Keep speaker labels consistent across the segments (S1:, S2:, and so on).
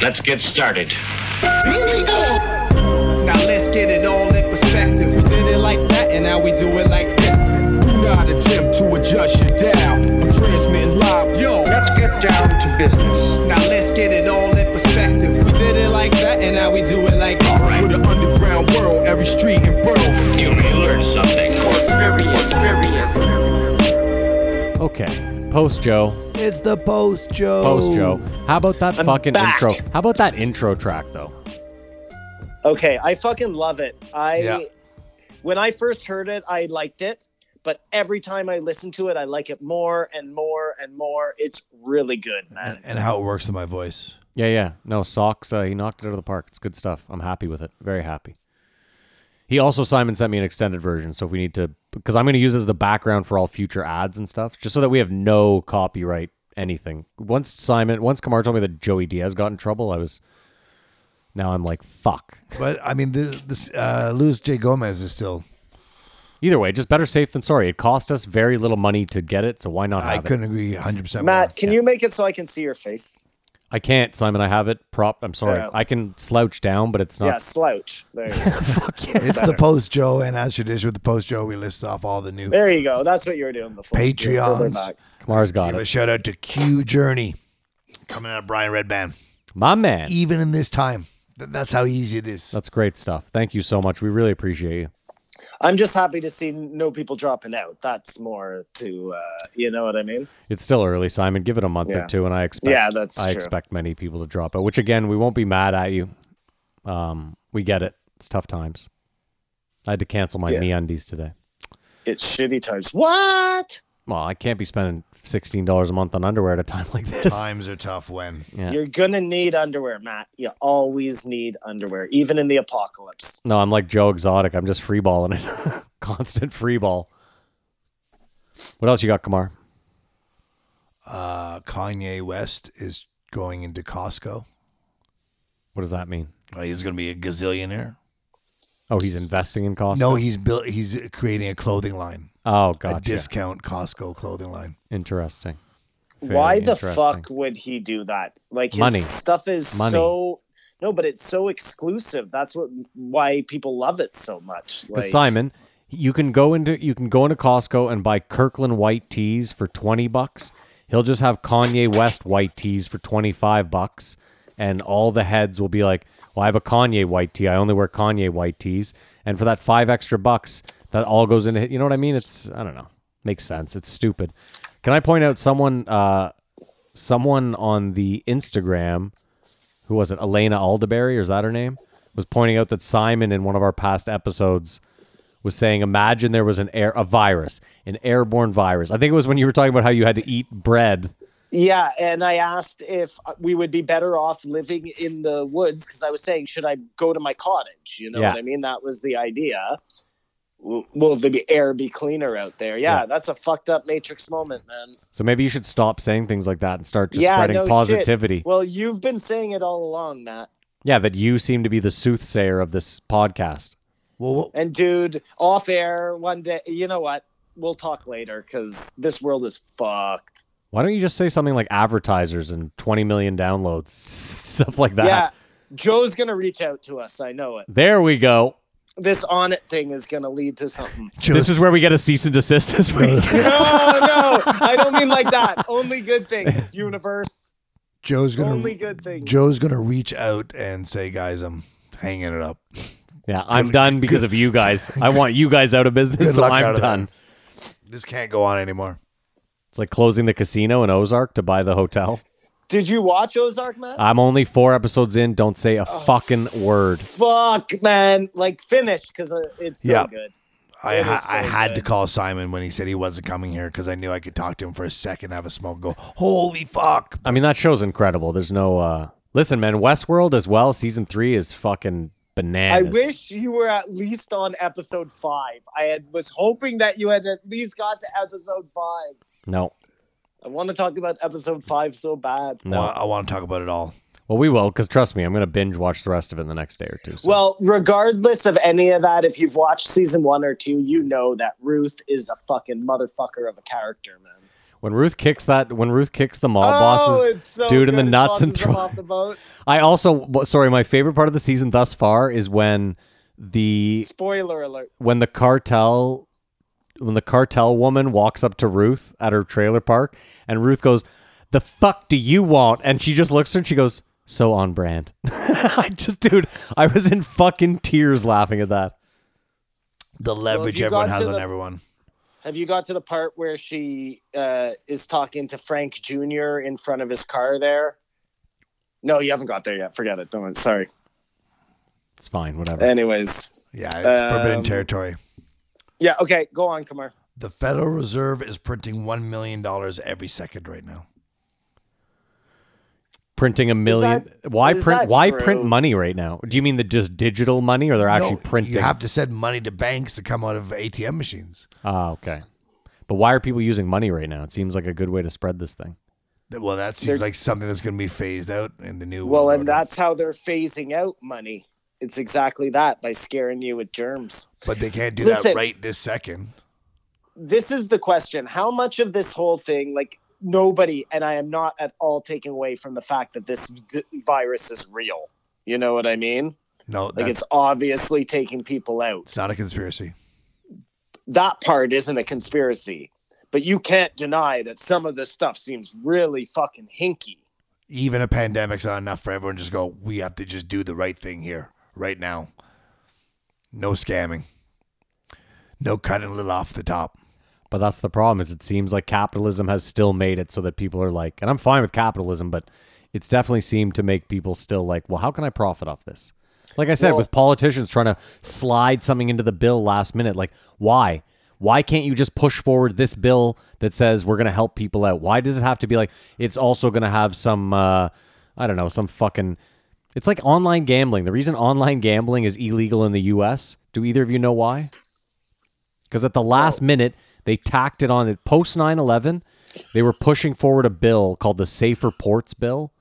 S1: Let's get started.
S2: Now let's get it all in perspective. We did it like that, and now we do it like this.
S3: Do not attempt to adjust your dial. I'm transmitting live. Yo,
S4: Let's get down to business.
S2: Now let's get it all in perspective. We did it like that, and now we do it like
S1: All
S3: for
S1: right,
S3: the underground world, every street and borough.
S1: you may learn something.
S5: Okay. Post Joe.
S6: It's the post, Joe.
S5: Post Joe. How about that fucking
S7: back.
S5: intro? How about that intro track though?
S7: Okay, I fucking love it. I
S6: Yeah.
S7: when I first heard it, I liked it, but every time I listen to it, I like it more and more and more. It's really good, man.
S6: And, and how it works in my voice.
S5: Yeah, yeah. No, Socks, uh, he knocked it out of the park. It's good stuff. I'm happy with it. Very happy. He also, Simon sent me an extended version. So if we need to, because I'm going to use it as the background for all future ads and stuff, just so that we have no copyright anything. Once Simon, once Kamar told me that Joey Diaz got in trouble, I was, now I'm like, fuck.
S6: But I mean, this, this uh, Luis J. Gomez is still.
S5: Either way, just better safe than sorry. It cost us very little money to get it. So why not have
S6: I
S5: it?
S6: couldn't agree 100 percent.
S7: Matt, can you make it so I can see your face?
S5: I can't, Simon. I have it propped. I'm sorry.
S7: Yeah.
S5: I can slouch down, but it's not.
S7: Yeah, slouch. There you go.
S6: It's the post, Joe, and as it is with the post, Joe, we list off all the new.
S7: there you go. That's what you were doing before. You're further
S6: Patreons.
S7: back.
S5: Kamar's got
S6: Give a
S5: it.
S6: shout out to Q Journey, coming out of Brian Redband.
S5: My man.
S6: Even in this time, th- that's how easy it is.
S5: That's great stuff. Thank you so much. We really appreciate you.
S7: I'm just happy to see no people dropping out. That's more to uh, you know what I mean.
S5: It's still early, Simon. Give it a month
S7: Yeah.
S5: or two, and I expect
S7: Yeah, that's
S5: I
S7: true.
S5: expect many people to drop out. Which again, we won't be mad at you. Um, we get it. It's tough times. I had to cancel my
S7: Yeah.
S5: MeUndies today.
S7: It's shitty times. What?
S5: Well, I can't be spending sixteen dollars a month on underwear at a time like this.
S6: Times are tough when
S5: Yeah.
S7: You're gonna need underwear, Matt. You always need underwear, even in the apocalypse.
S5: No, I'm like Joe Exotic. I'm just freeballing it, constant freeball. What else you got, Kamar?
S6: uh, Kanye West is going into Costco.
S5: What does that mean?
S6: Uh, he's going to be a gazillionaire.
S5: Oh, he's investing in Costco.
S6: No, he's built. He's creating a clothing line,
S5: oh,
S6: a
S5: gotcha.
S6: discount Costco clothing line.
S5: Interesting. Very
S7: Why the
S5: interesting.
S7: fuck would he do that? Like his
S5: Money.
S7: stuff is
S5: Money.
S7: so no, but it's so exclusive. That's what why people love it so much. Like,
S5: Because Simon, you can go into you can go into Costco and buy Kirkland white tees for twenty bucks. He'll just have Kanye West white tees for twenty five bucks, and all the heads will be like, "Well, I have a Kanye white tee. I only wear Kanye white tees." And for that five extra bucks, that all goes into you know what I mean? It's I don't know, makes sense. It's stupid. Can I point out someone uh, someone on the Instagram? who was it? Elena Alderberry, or is that her name? Was pointing out that Simon in one of our past episodes was saying, imagine there was an air a virus, an airborne virus. I think it was when you were talking about how you had to eat bread.
S7: Yeah, and I asked if we would be better off living in the woods because I was saying, should I go to my cottage? You know
S5: Yeah.
S7: what I mean? That was the idea. W- Will the air be cleaner out there? Yeah,
S5: Yeah.
S7: that's a fucked up Matrix moment, man.
S5: So maybe you should stop saying things like that and start just
S7: yeah,
S5: spreading
S7: no shit.
S5: positivity.
S7: Well, you've been saying it all along, Matt.
S5: yeah, that you seem to be the soothsayer of this podcast.
S6: Well, what-
S7: And dude, off air one day, you know what? We'll talk later because this world is fucked.
S5: Why don't you just say something like advertisers and 20 million downloads, stuff like that?
S7: Yeah. Joe's going to reach out to us. I know it.
S5: There we go.
S7: This on it thing is going to lead to something.
S5: this is where we get a cease and desist this week.
S7: no, no. I don't mean like that. Only good things, universe.
S6: Joe's gonna
S7: Only good things.
S6: Joe's gonna reach out and say, "Guys, I'm hanging it up."
S5: Yeah, I'm done because of you guys. I want you guys out of business,
S6: Good
S5: so
S6: luck out
S5: I'm
S6: of there.
S5: done.
S6: This can't go on anymore.
S5: It's like closing the casino in Ozark to buy the hotel.
S7: Did you watch Ozark, Matt?
S5: I'm only four episodes in. Don't say a fucking word.
S7: Fuck, man. Like, finish because it's so
S6: Yeah.
S7: good.
S6: I
S7: It
S6: ha-
S7: is so
S6: I had to
S7: good.
S6: call Simon when he said he wasn't coming here because I knew I could talk to him for a second, have a smoke, go, "Holy fuck!"
S5: I mean, that show's incredible. There's no. uh Listen, man, Westworld as well. Season three is fucking
S7: I
S5: bananas.
S7: wish you were at least on episode five. I had, was hoping that you had at least got to episode five.
S5: No,
S7: I want to talk about episode five so bad.
S6: I wa- I want to talk about it all.
S5: well, we will, because trust me, I'm gonna binge watch the rest of it in the next day or two. so-
S7: Well, regardless of any of that, if you've watched season one or two, you know that Ruth is a fucking motherfucker of a character, man.
S5: When Ruth kicks that, when Ruth kicks the mall
S7: oh,
S5: bosses,
S7: it's so
S5: dude in the
S7: good. It
S5: nuts and
S7: tosses them
S5: throw.
S7: off the boat.
S5: I also w- sorry, my favorite part of the season thus far is when the
S7: Spoiler alert.
S5: when the cartel when the cartel woman walks up to Ruth at her trailer park and Ruth goes, "The fuck do you want?" and she just looks at her and she goes, "So on brand." I just dude, I was in fucking tears laughing at that.
S6: The leverage
S7: you
S6: everyone
S7: got
S6: has
S7: to
S6: on
S7: the-
S6: everyone.
S7: Have you got to the part where she uh, is talking to Frank Jr. in front of his car there? No, you haven't got there yet. Forget it. Don't worry. Sorry.
S5: It's fine,
S7: Uh,
S5: whatever.
S7: Anyways.
S6: Yeah, it's forbidden
S7: Um,
S6: territory.
S7: Yeah, okay. Go on, Kumar.
S6: The Federal Reserve is printing one million dollars every second right now.
S5: Printing a million.
S7: that-
S5: why
S7: is
S5: print?
S7: that
S5: Why
S7: true?
S5: print money right now? Do you mean the just digital money, or they're actually
S6: No,
S5: printing?
S6: You have to send money to banks to come out of ATM machines.
S5: Ah, okay. But why are people using money right now? It seems like a good way to spread this thing.
S6: Th- Well, that seems like something that's going to be phased out in the new.
S7: Well,
S6: world
S7: and
S6: order.
S7: that's how they're phasing out money. It's exactly that by scaring you with germs.
S6: but they can't do
S7: Listen.
S6: that right this second.
S7: This is the question. How much of this whole thing, like nobody, and I am not at all taking away from the fact that this d- virus is real. You know what I mean?
S6: No, that's,
S7: Like it's obviously taking people out.
S6: it's not a conspiracy.
S7: that part isn't a conspiracy, but you can't deny that some of this stuff seems really fucking hinky.
S6: Even a pandemic's not enough for everyone. to Just go. We have to just do the right thing here, right now. No scamming. No cutting a little off the top.
S5: But that's the problem is it seems like capitalism has still made it so that people are like, and I'm fine with capitalism, but it's definitely seemed to make people still like, well, how can I profit off this? Like I said,
S7: Well-
S5: with politicians trying to slide something into the bill last minute, like why? Why can't you just push forward this bill that says we're going to help people out? Why does it have to be like it's also going to have some, uh, I don't know, some fucking. It's like online gambling. The reason online gambling is illegal in the U.S. Do either of you know why? because at the last minute they tacked it on it post 9-11 they were pushing forward a bill called the safer ports bill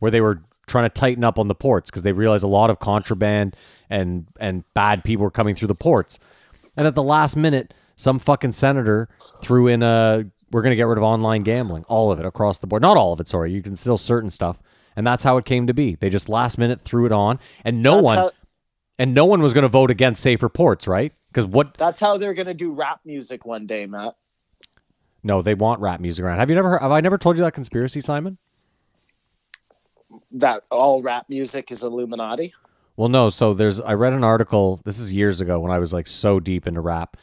S5: where they were trying to tighten up on the ports because they realized a lot of contraband and and bad people were coming through the ports and at the last minute some fucking senator threw in a we're going to get rid of online gambling all of it across the board not all of it sorry you can still certain stuff and that's how it came to be they just last minute threw it on and no
S7: that's
S5: one
S7: How,
S5: and no one was going to vote against safer ports right because what
S7: that's how they're gonna do rap music one day, Matt.
S5: No, they want rap music around. Have you never heard, have I never told you that conspiracy, Simon?
S7: That all rap music is Illuminati.
S5: Well, no. So there's I read an article. This is years ago when I was like so deep into rap.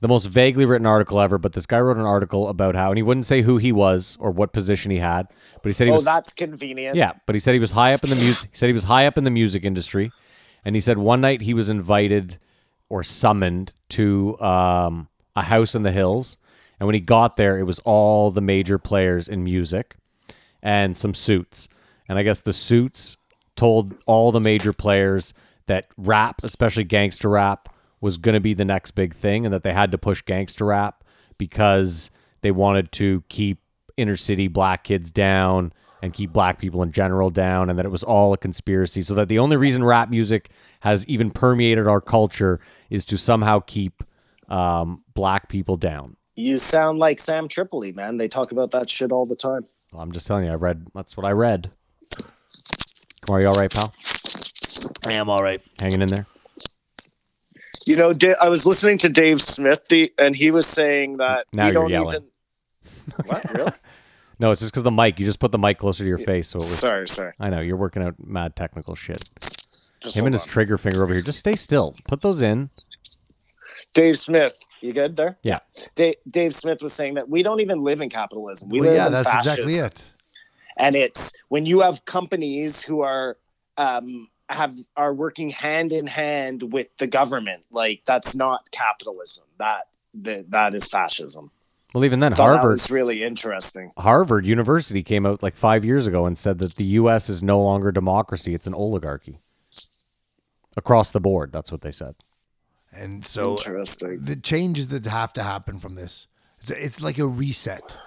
S5: The most vaguely written article ever, but this guy wrote an article about how, and he wouldn't say who he was or what position he had, but he said he
S7: Oh,
S5: was
S7: that's convenient.
S5: Yeah, but he said he was high up in the music. He said he was high up in the music industry, and he said one night he was invited or summoned to um, a house in the hills, and when he got there, it was all the major players in music and some suits, and I guess the suits told all the major players that rap, especially gangster rap, was going to be the next big thing, and that they had to push gangster rap because they wanted to keep inner city black kids down and keep black people in general down and that it was all a conspiracy so that the only reason rap music has even permeated our culture is to somehow keep um, black people down
S7: You sound like Sam Tripoli, man. They talk about that shit all the time.
S5: i'm just telling you i read that's what i read Kumar, you all right pal
S6: I am all right.
S5: hanging in there
S7: You know, Da- I was listening to Dave Smith, the, and he was saying that
S5: Now
S7: we
S5: you're
S7: don't
S5: yelling.
S7: even. What? Really?
S5: no it's just because the mic you just put the mic closer to your face so it was
S7: sorry, sorry.
S5: i know you're working out mad technical shit
S7: Just
S5: him and
S7: hold
S5: his
S7: on.
S5: trigger finger over here just stay still put those in
S7: Dave Smith, you good there?
S5: yeah
S7: Da- Dave Smith was saying that we don't even live in capitalism. We
S6: well,
S7: live
S6: yeah,
S7: in
S6: that's
S7: fascism.
S6: exactly it.
S7: And it's when you have companies who are um, have are working hand in hand with the government. Like that's not capitalism. That that, that is fascism.
S5: well even then
S7: I Thought that
S5: harvard
S7: was really interesting.
S5: Harvard University came out like five years ago and said that the U.S. is no longer democracy; it's an oligarchy. Across the board, that's what they said.
S6: And so
S7: interesting.
S6: the changes that have to happen from this, it's, it's like a reset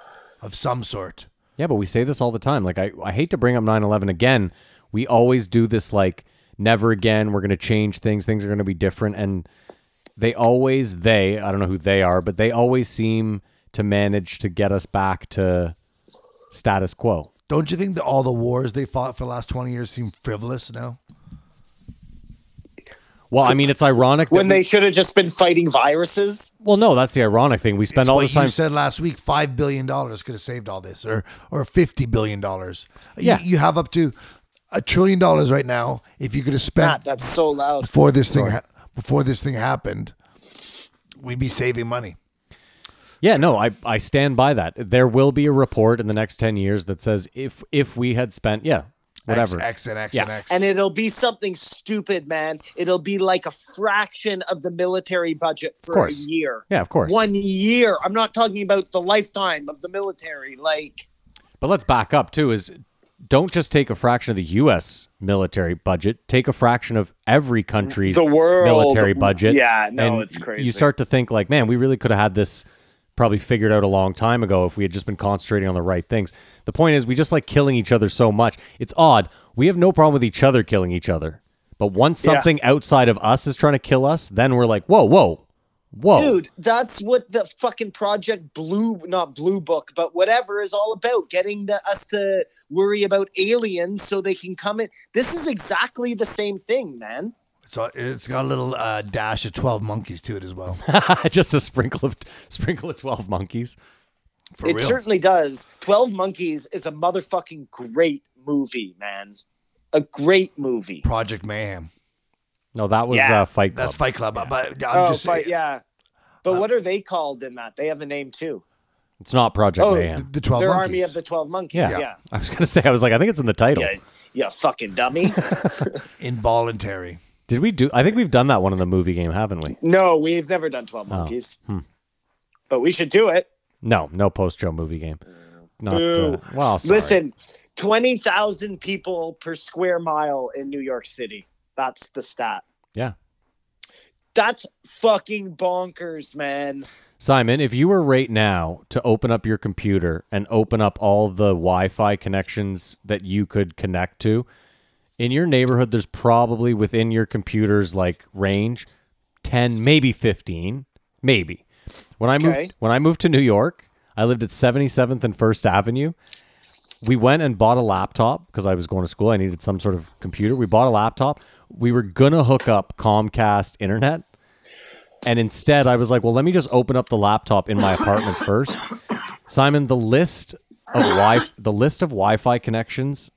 S6: of some sort.
S5: Yeah, but we say this all the time. Like, I, I hate to bring up 9 11 again. We always do this, like, never again. We're going to change things. Things are going to be different. And they always, they, I don't know who they are, but they always seem to manage to get us back to status quo.
S6: Don't you think that all the wars they fought for the last 20 years seem frivolous now?
S5: Well, I mean, it's ironic that
S7: when
S5: we-
S7: they should have just been fighting viruses.
S5: Well, no, that's the ironic thing. We spend
S6: It's
S5: all
S6: what
S5: this time.
S6: you said last week, five billion dollars could have saved all this, or or fifty billion dollars.
S5: Yeah.
S6: you, you have up to a trillion dollars right now. If you could have spent
S7: Matt, that's so loud.
S6: before this thing ha- before this thing happened, we'd be saving money.
S5: Yeah, no, I, I stand by that. There will be a report in the next ten years that says if if we had spent yeah whatever
S6: X, X and X and
S5: Yeah.
S6: X.
S7: And it'll be something stupid, man. It'll be like a fraction of the military budget for a
S5: course.
S7: year.
S5: yeah of course
S7: One year. I'm not talking about the lifetime of the military. Like,
S5: But let's back up too. Is don't just take a fraction of the U.S. military budget. Take a fraction of every country's
S7: The world.
S5: military budget.
S7: Yeah, no,
S5: and
S7: it's
S5: y-
S7: crazy.
S5: You start to think like, man, we really could have had this probably figured out a long time ago if we had just been concentrating on the right things. The point is, we just like killing each other so much. It's odd. We have no problem with each other killing each other, but once
S7: Yeah.
S5: something outside of us is trying to kill us, then we're like, whoa, whoa, whoa.
S7: dude, that's what the fucking project blue, not blue book, but whatever is all about. Getting the, us to worry about aliens so they can come in. This is exactly the same thing, man.
S6: so it's got a little uh, dash of twelve monkeys to it as well.
S5: just a sprinkle of sprinkle of twelve monkeys.
S6: For
S7: it
S6: real,
S7: certainly does. 12 Monkeys is a motherfucking great movie, man. A great movie.
S6: Project Mayhem.
S5: No, that was
S7: Yeah,
S5: uh, Fight Club.
S6: That's Fight Club. But I'm
S7: oh,
S6: just uh,
S7: but yeah. But what are they called in that? They have a name too.
S5: It's not Project
S7: Oh,
S5: Mayhem.
S6: the, the twelve
S7: Their
S6: monkeys.
S7: Army of the 12 Monkeys.
S5: yeah.
S7: Yeah.
S5: I was gonna say, I was like, I think it's in the title.
S7: Yeah. Yeah, fucking dummy.
S6: Involuntary.
S5: Did we do? I think we've done that one in the movie game, haven't we?
S7: no, we've never done
S6: Oh,
S7: 12 Monkeys.
S6: hmm.
S7: But we should do it.
S5: No, no post show movie game. Not uh,
S7: Boo.
S5: well. sorry.
S7: Listen, 20,000 people per square mile in New York City. That's the stat.
S5: yeah,
S7: That's fucking bonkers, man.
S5: Simon, if you were right now to open up your computer and open up all the Wi-Fi connections that you could connect to in your neighborhood, there's probably within your computer's like range, ten, maybe fifteen, maybe. When I
S7: Okay.
S5: moved when I moved to New York, I lived at 77th and First Avenue. we went and bought a laptop because I was going to school. I needed some sort of computer. We bought a laptop. We were gonna hook up Comcast internet, and instead, I was like, "Well, let me just open up the laptop in my apartment first. Simon, the list of wi the list of Wi-Fi connections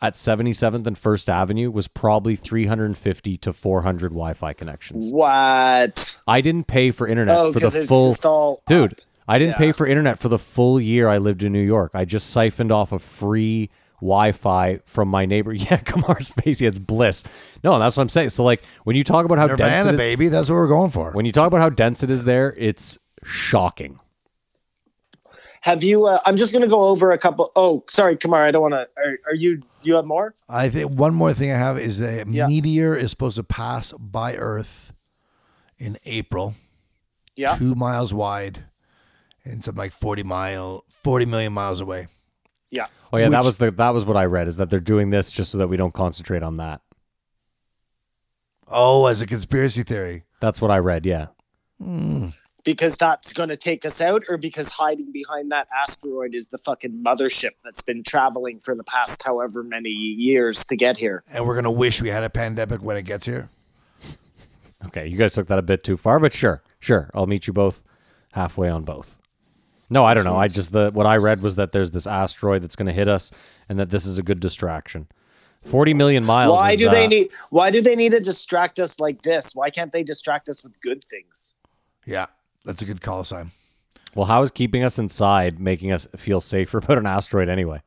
S5: at 77th and First Avenue was probably 350 to 400 Wi-Fi connections.
S7: What?
S5: I didn't pay for internet
S7: Oh,
S5: for the
S7: because it's
S5: full
S7: just all
S5: dude
S7: up.
S5: i didn't pay
S7: Yeah.
S5: for internet for the full year i lived in new york i just siphoned off a free wi-fi from my neighbor yeah kamar spacey it's bliss no that's what i'm saying so like when you talk about how dense
S6: Nirvana,
S5: it is
S6: baby. That's what we're going for.
S5: when you talk about how dense it is there it's shocking
S7: Have you? Uh, I'm just gonna go over a couple. Oh, sorry, Kamar. I don't want to. Are, are you? You have more?
S6: I think one more thing I have is that
S7: Yeah.
S6: meteor is supposed to pass by Earth in April,
S7: Yeah.
S6: two miles wide, and something like forty mile, forty million miles away.
S7: Yeah.
S5: oh yeah that
S6: Which-
S5: was the that was what i read is that they're doing this just so that we don't concentrate on that
S6: Oh, as a conspiracy theory,
S5: that's what i read yeah
S7: Because that's gonna take us out, or because hiding behind that asteroid is the fucking mothership that's been traveling for the past however many years to get here.
S6: and we're gonna wish we had a pandemic when it gets here.
S5: okay you guys took that a bit too far but sure sure i'll meet you both halfway on both no i don't know i just the what i read was that there's this asteroid that's going to hit us and that this is a good distraction 40 million miles
S7: Why
S5: is,
S7: do they
S5: uh,
S7: need? Why do they need to distract us like this? Why can't they distract us with good things?
S6: Yeah, that's a good call sign.
S5: well how is keeping us inside making us feel safer about an asteroid anyway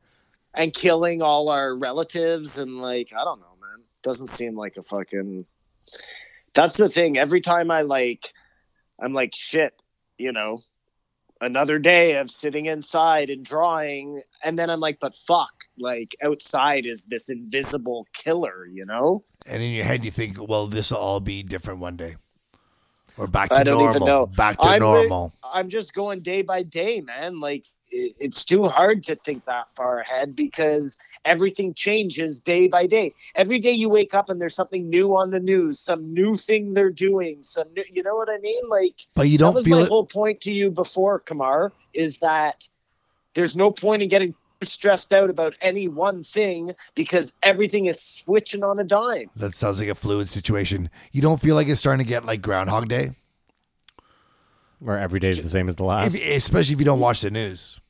S7: And killing all our relatives and like I don't know, man. Doesn't seem like a fucking. That's the thing. Every time I like, I'm like shit. You know, another day of sitting inside and drawing, and then I'm like, but fuck, like outside is this invisible killer. You know,
S6: And in your head, you think, well, this will all be different one day, or back to
S7: I don't
S6: normal,
S7: even know.
S6: back to
S7: I'm li-
S6: normal.
S7: I'm just going day by day, man. Like it- it's too hard to think that far ahead because everything changes day by day. Every day you wake up and there's something new on the news, some new thing they're doing, some new, you know what I mean? Like
S6: But you
S7: that
S6: don't
S7: was
S6: feel
S7: my
S6: it.
S7: whole point to you before, Kamar, is that there's no point in getting stressed out about any one thing because everything is switching on a dime.
S6: that sounds like a fluid situation. You don't feel like it's starting to get like Groundhog Day,
S5: Where every day is the same as the
S6: If-
S5: last.
S6: especially if you don't watch the news.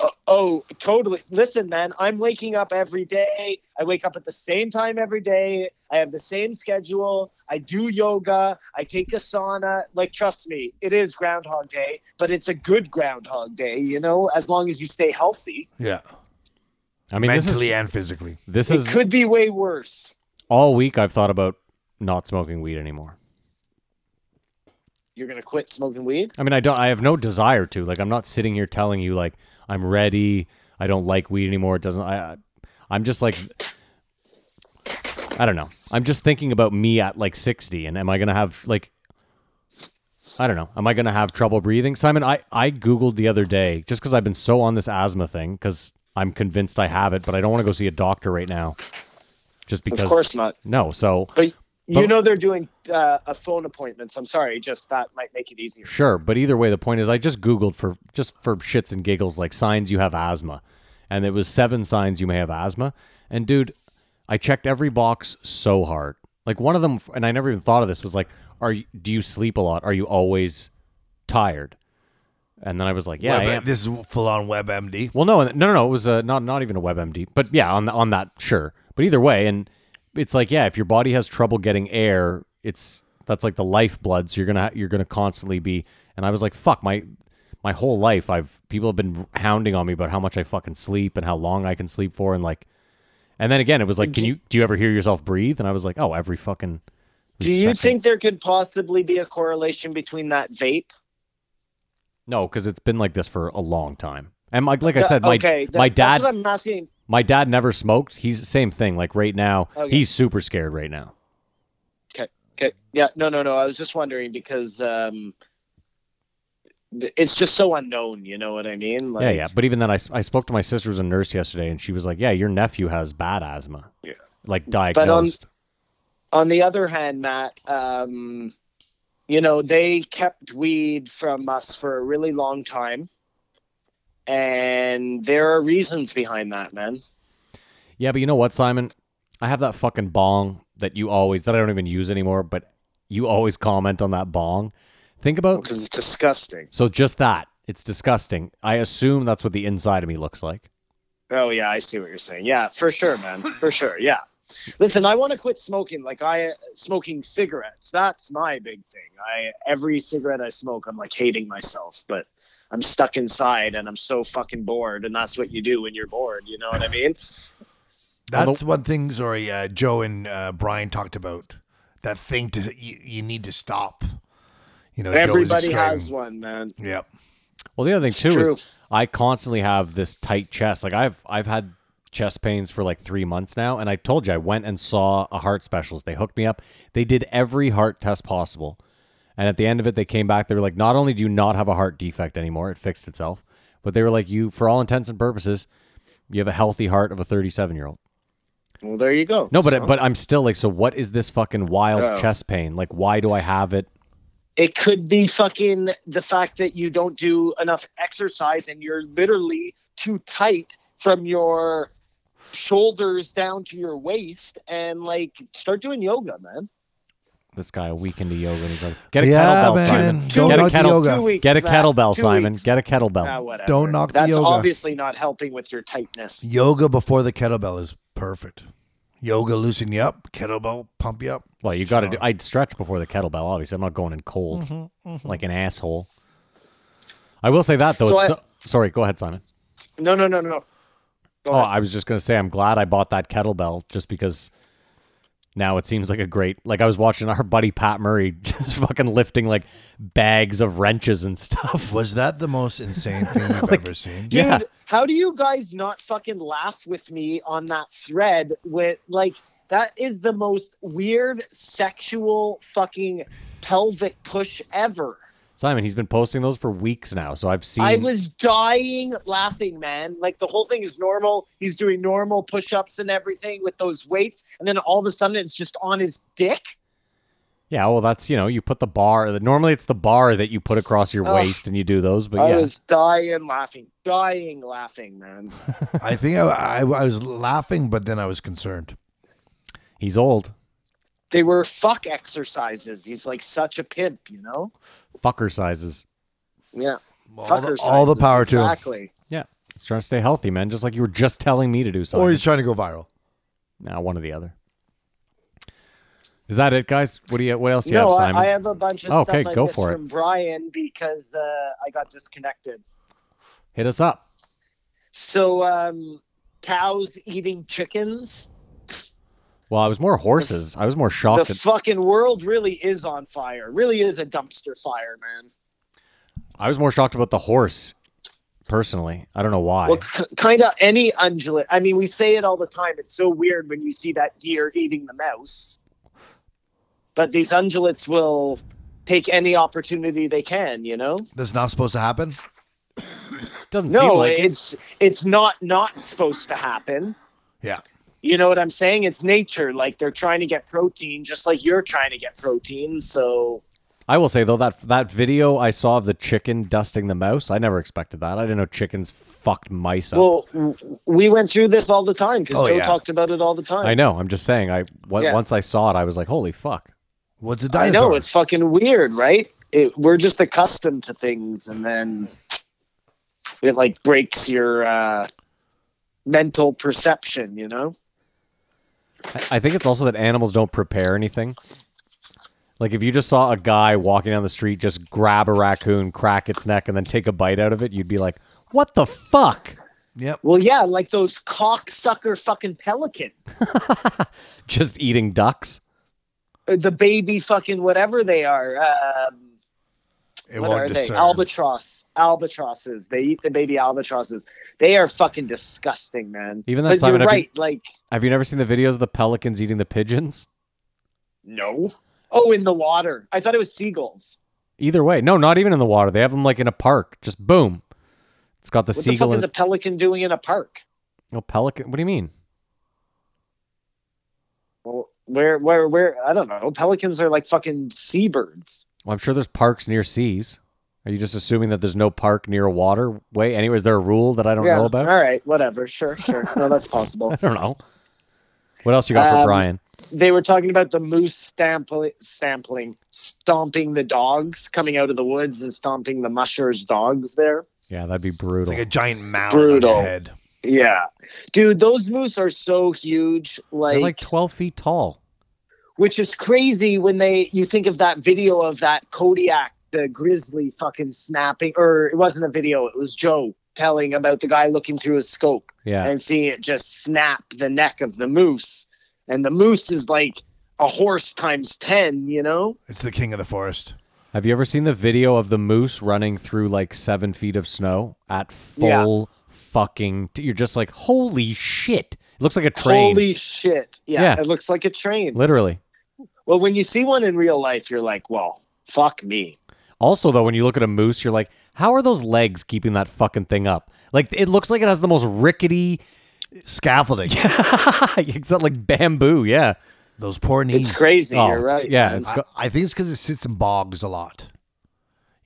S7: Oh, oh, totally. Listen, man, I'm waking up every day. I wake up at the same time every day. I have the same schedule. I do yoga. I take a sauna. Like, trust me, it is Groundhog Day, but it's a good Groundhog Day, you know, as long as you stay healthy.
S6: Yeah,
S5: I mean, this
S6: mentally
S5: is
S6: and physically.
S5: this
S7: It
S5: is
S7: could be way worse.
S5: all week. I've thought about not smoking weed anymore.
S7: You're going to quit smoking weed?
S5: I mean, I don't. I have no desire to. Like, I'm not sitting here telling you like I'm ready. I don't like weed anymore. It doesn't. I. I I'm just like. I don't know. I'm just thinking about me at like 60, and am I gonna have like. I don't know. Am I gonna have trouble breathing, Simon? I I googled the other day just because I've been so on this asthma thing because I'm convinced I have it, but I don't want to go see a doctor right now, just because.
S7: Of course not.
S5: No. So
S7: But
S5: But-
S7: you know they're doing uh, a phone appointments. I'm sorry, just that might make it easier.
S5: Sure, but either way, the point is, I just googled for just for shits and giggles, like signs you have asthma, and it was seven signs you may have asthma. And dude, I checked every box so hard. Like one of them, and I never even thought of this was like, are you, do you sleep a lot? Are you always tired? And then I was like, yeah, I
S6: Web-
S5: am.
S6: this is full on WebMD.
S5: Well, no, no, no, no. It was uh, not not even a WebMD, but yeah, on on that, sure. But either way, and it's like, yeah, if your body has trouble getting air, it's that's like the lifeblood. So you're gonna you're gonna constantly be. And I was like, fuck my my whole life. I've people have been hounding on me about how much I fucking sleep and how long I can sleep for, and like, and then again, it was like, can you do you ever hear yourself breathe? And I was like, oh, every fucking.
S7: Do you
S5: second.
S7: think there could possibly be a correlation between that vape?
S5: No, because it's been like this for a long time. And like, like I said, my
S7: okay, that-
S5: my
S7: That's
S5: dad
S7: what I'm asking.
S5: My dad never smoked. He's same thing. Like right now,
S7: Okay.
S5: he's super scared right now.
S7: Okay. Yeah. No. No. No. I was just wondering because um, th- it's just so unknown. You know what I mean? Like,
S5: yeah, yeah. But even then, I, s- I spoke to my sister who's a nurse yesterday, and she was like, "Yeah, your nephew has bad asthma.
S7: Yeah. um,
S5: like diagnosed.
S7: on the other hand, Matt, um, you know, they kept weed from us for a really long time. And there are reasons behind that, man.
S5: yeah, but you know what, Simon? I have that fucking bong that you always that I don't even use anymore, but you always comment on that bong. Think about
S7: Because it's disgusting.
S5: so just that. It's disgusting. I assume that's what the inside of me looks like.
S7: Oh yeah, I see what you're saying. Yeah, for sure, man. For sure. Yeah. Listen, I want to quit smoking. Like I smoking cigarettes. That's my big thing. I every cigarette I smoke, I'm like hating myself, but I'm stuck inside and I'm so fucking bored. And that's what you do when you're bored. You know what I mean?
S6: That's
S5: Although-
S6: one thing, sorry, uh, Joe and uh, Brian talked about. That thing to you, you need to stop. You know, Joe was
S7: Everybody
S6: describing-
S7: has one, man.
S6: Yep.
S5: Well, the other
S7: It's
S5: thing too
S7: true.
S5: is I constantly have this tight chest. Like I've I've had chest pains for like three months now, and I told you I went and saw a heart specialist. They hooked me up. They did every heart test possible, and at the end of it, they came back. They were like, not only do you not have a heart defect anymore, it fixed itself, but they were like, you for all intents and purposes, you have a healthy heart of a 37 year old.
S7: Well, there you go.
S5: No, but
S7: So,
S5: but I'm still like, so what is this fucking wild
S7: Oh.
S5: chest pain? Like, why do I have it?
S7: it could be fucking the fact that you don't do enough exercise and you're literally too tight from your shoulders down to your waist and like start doing yoga, man.
S5: This guy a week into yoga, and he's like, get a
S6: Yeah,
S5: kettlebell,
S6: man.
S5: Simon.
S6: Don't
S5: get a
S6: knock the
S5: kettle.
S6: yoga.
S7: weeks,
S5: Get a
S7: Matt.
S5: kettlebell,
S7: Two
S5: Simon.
S7: weeks.
S5: Get a kettlebell.
S7: Ah, whatever.
S6: Don't knock the
S7: That's
S6: yoga.
S7: obviously not helping with your tightness.
S6: Yoga before the kettlebell is perfect. Yoga loosen you up, kettlebell pump you up.
S5: well, you got to do. I'd stretch before the kettlebell. Obviously, I'm not going in cold
S7: Mm-hmm,
S5: like an asshole. I will say that though.
S7: So
S5: it's
S7: I-
S5: so, sorry, go ahead, Simon.
S7: No, no, no, no.
S5: Oh,
S7: Go ahead.
S5: I was just gonna say I'm glad I bought that kettlebell just because now it seems like a great. Like I was watching our buddy Pat Murray just fucking lifting like bags of wrenches and stuff.
S6: Was that the most insane thing we've ever seen?
S7: Dude,
S5: yeah.
S7: how do you guys not fucking laugh with me on that thread with like that is the most weird sexual fucking pelvic push ever.
S5: Simon, he's been posting those for weeks now, so I've seen.
S7: I was dying laughing, man. Like the whole thing is normal. He's doing normal push ups and everything with those weights. And then all of a sudden it's just on his dick.
S5: yeah, well, that's you know, you put the bar. Normally, it's the bar that you put across your
S7: Ugh.
S5: waist and you do those, but
S7: Oh. I
S5: yeah,
S7: was dying laughing, dying laughing, man.
S6: I think I, I, I was laughing, but then I was concerned.
S5: he's old.
S7: They were fuck exercises. He's like such a pimp, you know?
S5: Fucker sizes.
S7: Yeah.
S6: All the,
S7: Fucker
S6: all the
S7: sizes,
S6: power to him.
S7: Exactly.
S5: Yeah, he's trying to stay healthy, man. Just like you were just telling me to do something.
S6: Or he's trying to go viral.
S5: Nah, one or the other. Is that it, guys? What do you? What else do you
S7: no,
S5: have,
S7: I,
S5: Simon? Oh,
S7: I have a bunch of
S5: Okay,
S7: stuff I
S5: go
S7: missed
S5: for it.
S7: from Brian because uh, I got disconnected.
S5: Hit us up.
S7: So um, cows eating chickens.
S5: Well, I was more horses. I was more
S7: The
S5: shocked. At,
S7: fucking world really is on fire. Really is a dumpster fire, man.
S5: I was more shocked about the horse. Personally, I don't know why.
S7: Well, c- kind of any undulate. I mean, we say it all the time. It's so weird when you see that deer eating the mouse. But these undulates will take any opportunity they can, you know?
S6: That's not supposed to happen.
S5: doesn't seem
S7: No,
S5: like it.
S7: it's it's not not supposed to happen.
S6: Yeah.
S7: You know what I'm saying? It's nature. Like they're trying to get protein, just like you're trying to get protein. So
S5: I will say though that that video I saw of the chicken dusting the mouse, I never expected that. I didn't know chickens fucked mice up.
S7: Well, w- we went through this all the time because
S6: Oh,
S7: Joe
S6: yeah.
S7: talked about it all the time.
S5: I know. I'm just saying. I w-
S7: Yeah.
S5: once I saw it, I was like, holy fuck.
S6: What's a
S7: I
S6: dinosaur?
S7: know it's fucking weird, right? It, we're just accustomed to things, and then it like breaks your uh, mental perception. You know?
S5: I- I think it's also that animals don't prepare anything. Like if you just saw a guy walking down the street just grab a raccoon, crack its neck, and then take a bite out of it, you'd be like, what the fuck?
S6: Yep.
S7: Well, yeah, like those cocksucker fucking pelican,
S5: Just eating ducks.
S7: Uh, the baby fucking whatever they are. Um,
S6: It
S7: what
S6: won't
S7: are they?
S6: discern.
S7: Albatross, albatrosses. They eat the baby albatrosses. They are fucking disgusting, man.
S5: Even that
S7: but
S5: Simon
S7: you're
S5: Epping-
S7: right. Like
S5: Have you never seen the videos of the pelicans eating the pigeons?
S7: No. Oh, in the water. I thought it was seagulls.
S5: Either way, no, not even in the water. They have them like in a park. Just boom. It's got the
S7: What
S5: seagull.
S7: the fuck
S5: in
S7: is a pelican doing in a park?
S5: No pelican. What do you mean?
S7: Well, where, where, where? I don't know. Pelicans are like fucking seabirds.
S5: Well, I'm sure there's parks near seas. Are you just assuming that there's no park near a waterway? Anyway, is there a rule that I don't know about?
S7: All right, whatever. Sure, sure. No, that's possible.
S5: I don't know. What else you got for
S7: Um,
S5: Brian?
S7: they were talking about the moose stampli- sampling, stomping the dogs coming out of the woods and stomping the mushers' dogs there.
S5: Yeah, that'd be
S6: It's
S5: brutal.
S6: like a giant mallet on
S7: Brutal.
S6: your head.
S7: Yeah, dude, those moose are so huge.
S5: They're
S7: Like,
S5: like 12 feet tall.
S7: which is crazy when they you think of that video of that Kodiak the grizzly fucking snapping or it wasn't a video it was Joe telling about the guy looking through his scope
S5: Yeah.
S7: and seeing it just snap the neck of the moose and the moose is like a horse times 10 you know
S6: It's the king of the forest.
S5: Have you ever seen the video of the moose running through like seven feet of snow at
S7: Yeah.
S5: full fucking? T- you're just like, holy shit. It looks like a train.
S7: holy shit yeah,
S5: Yeah.
S7: it looks like a train
S5: Literally.
S7: well when you see one in real life you're like well fuck me
S5: Also, though, when you look at a moose, you're like, how are those legs keeping that fucking thing up? Like, it looks like it has the most rickety,
S6: Scaffolding.
S5: except like bamboo. Yeah.
S6: Those poor knees.
S7: it's crazy
S5: Oh,
S7: you're
S5: it's-
S7: right
S5: yeah,
S7: man.
S5: it's-
S6: I, I think it's because it sits in bogs a lot.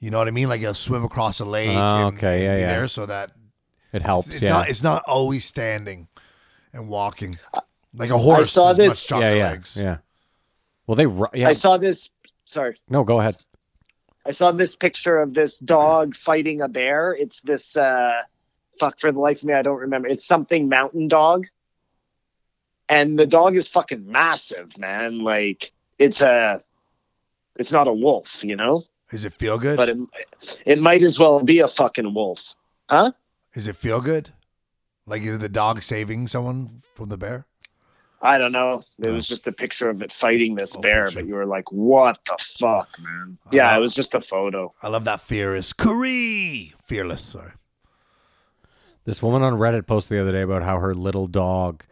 S6: You know what I mean? Like you'll swim across a lake
S5: Ah,
S6: and,
S5: okay,
S6: and
S5: yeah,
S6: be
S5: yeah.
S6: there so that
S5: It
S6: it's,
S5: helps.
S6: it's
S5: yeah.
S6: not it's not always standing and walking. Like a horse
S7: saw
S6: has
S7: this-
S6: much stronger
S5: yeah. Yeah.
S6: legs.
S5: Yeah. Well, they. ru- Yeah.
S7: i saw this sorry
S5: no, go ahead.
S7: I saw this picture of this dog fighting a bear. It's this uh fuck for the life of me, I don't remember. It's something mountain dog. And the dog is fucking massive, man. Like it's a it's not a wolf, you know?
S6: Does it feel good?
S7: But it it might as well be a fucking wolf. Huh?
S6: Does it feel good? Like is the dog saving someone from the bear?
S7: I don't know. It was just a picture of it fighting this
S6: Oh,
S7: bear,
S6: picture. Uh-huh.
S7: but you were like, what the fuck, man? Yeah, it was just a photo.
S6: I love that fearless. Coree! Fearless, sorry.
S5: This woman on Reddit posted the other day about how her little dog,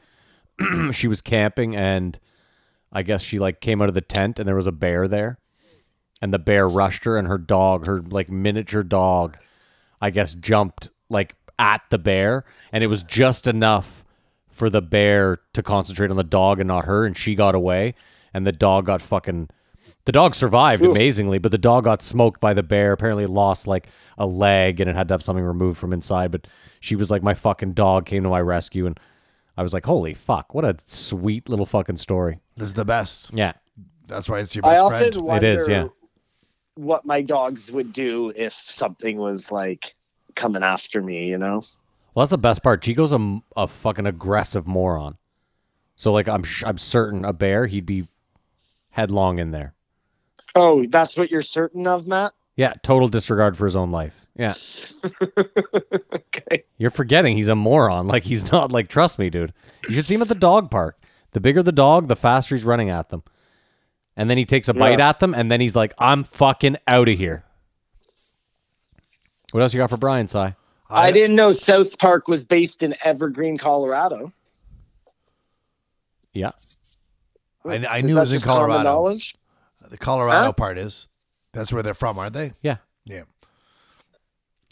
S5: she was camping and I guess she like came out of the tent and there was a bear there. and the bear rushed her and her dog, her like miniature dog, I guess jumped like at the bear and it was just enough for the bear to concentrate on the dog and not her and she got away and the dog got fucking the dog survived amazingly, but the dog got smoked by the bear. Apparently, it lost like a leg and it had to have something removed from inside. But she was like, My fucking dog came to my rescue. And I was like, Holy fuck, what a sweet little fucking story.
S6: This is the best.
S5: Yeah.
S6: That's why it's your
S7: I
S6: best
S7: often
S6: friend.
S7: wonder
S5: is, yeah.
S7: what my dogs would do if something was like coming after me, you know?
S5: Well, that's the best part. Chico's a, m- a fucking aggressive moron. So, like, I'm, sh- I'm certain a bear, he'd be headlong in there.
S7: Oh, that's what you're certain of, Matt?
S5: Yeah. Total disregard for his own life. Yeah.
S7: Okay.
S5: You're forgetting he's a moron. Like he's not like trust me, dude. You should see him at the dog park. The bigger the dog, the faster he's running at them. And then he takes a bite at them and then he's like, I'm fucking out of here. What else you got for Brian Sai?
S7: I didn't know South Park was based in Evergreen, Colorado.
S5: Yeah.
S6: I, I
S7: Is
S6: knew it
S7: that
S6: was in
S7: just common
S6: Colorado.
S7: knowledge?
S6: The Colorado
S7: Huh?
S6: part is. That's where they're from, aren't they?
S5: Yeah.
S6: Yeah.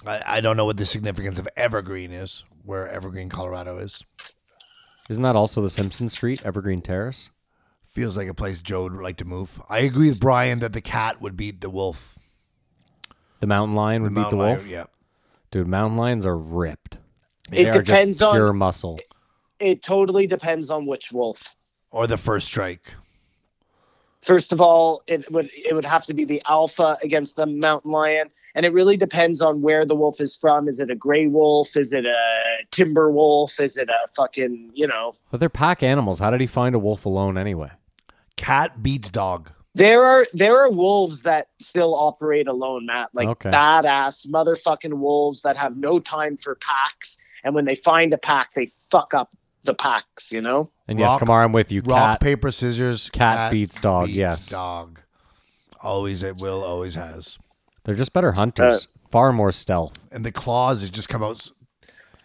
S6: I, I don't know what the significance of Evergreen is, where Evergreen, Colorado is.
S5: Isn't that also the Simpson Street, Evergreen Terrace?
S6: Feels like a place Joe would like to move. I agree with Brian that the cat would beat the wolf.
S5: The mountain lion would beat the
S6: mountain
S5: wolf.
S6: lion, yeah.
S5: Dude, mountain lions are ripped.
S7: It
S5: They are
S7: depends
S5: just
S7: on
S5: pure muscle.
S7: it totally depends on which wolf.
S6: Or the first strike.
S7: First of all, it would it would have to be the alpha against the mountain lion, and it really depends on where the wolf is from. Is it a gray wolf? Is it a timber wolf? Is it a fucking you know?
S5: But they're pack animals. How did he find a wolf alone anyway?
S6: Cat beats dog.
S7: There are there are wolves that still operate alone, Matt. Like
S5: Okay.
S7: badass motherfucking wolves that have no time for packs, and when they find a pack, they fuck up the packs. You know?
S5: And
S6: Rock-
S5: yes, Kamara, I'm with you.
S6: Rock,
S5: Cat
S6: paper, scissors.
S5: cat beats dog,
S6: beats
S5: yes.
S6: Dog. Always it will, always has.
S5: They're just better hunters. Far more stealth.
S6: And the claws it just come out s-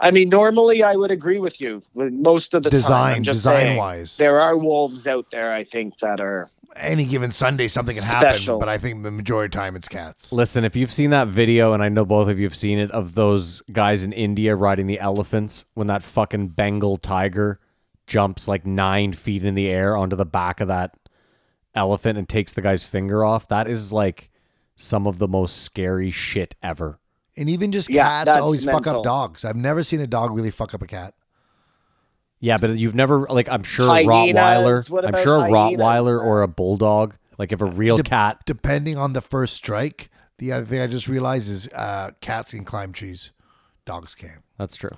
S7: I mean, normally I would agree with you with most of the time.
S6: design,
S7: I'm just
S6: design
S7: saying,
S6: wise.
S7: There are wolves out there, I think, that are
S6: Any given Sunday something can happen,
S7: Special.
S6: but I think the majority of time it's cats.
S5: Listen, if you've seen that video, and I know both of you have seen it, of those guys in India riding the elephants when that fucking Bengal tiger jumps like nine feet in the air onto the back of that elephant and takes the guy's finger off, that is like some of the most scary shit ever.
S6: And even just
S7: Yeah,
S6: cats
S7: that's
S6: always fuck
S7: mental.
S6: up dogs. I've never seen a dog really fuck up a cat.
S5: Yeah, but you've never like I'm sure a
S7: Hyenas,
S5: Rottweiler,
S7: what
S5: I'm
S7: about
S5: sure a
S7: hyenas?
S5: Rottweiler or a bulldog, like if a real
S6: Dep-
S5: cat,
S6: Depending on the first strike, the other thing I just realized is uh, cats can climb trees, dogs can't.
S5: that's true.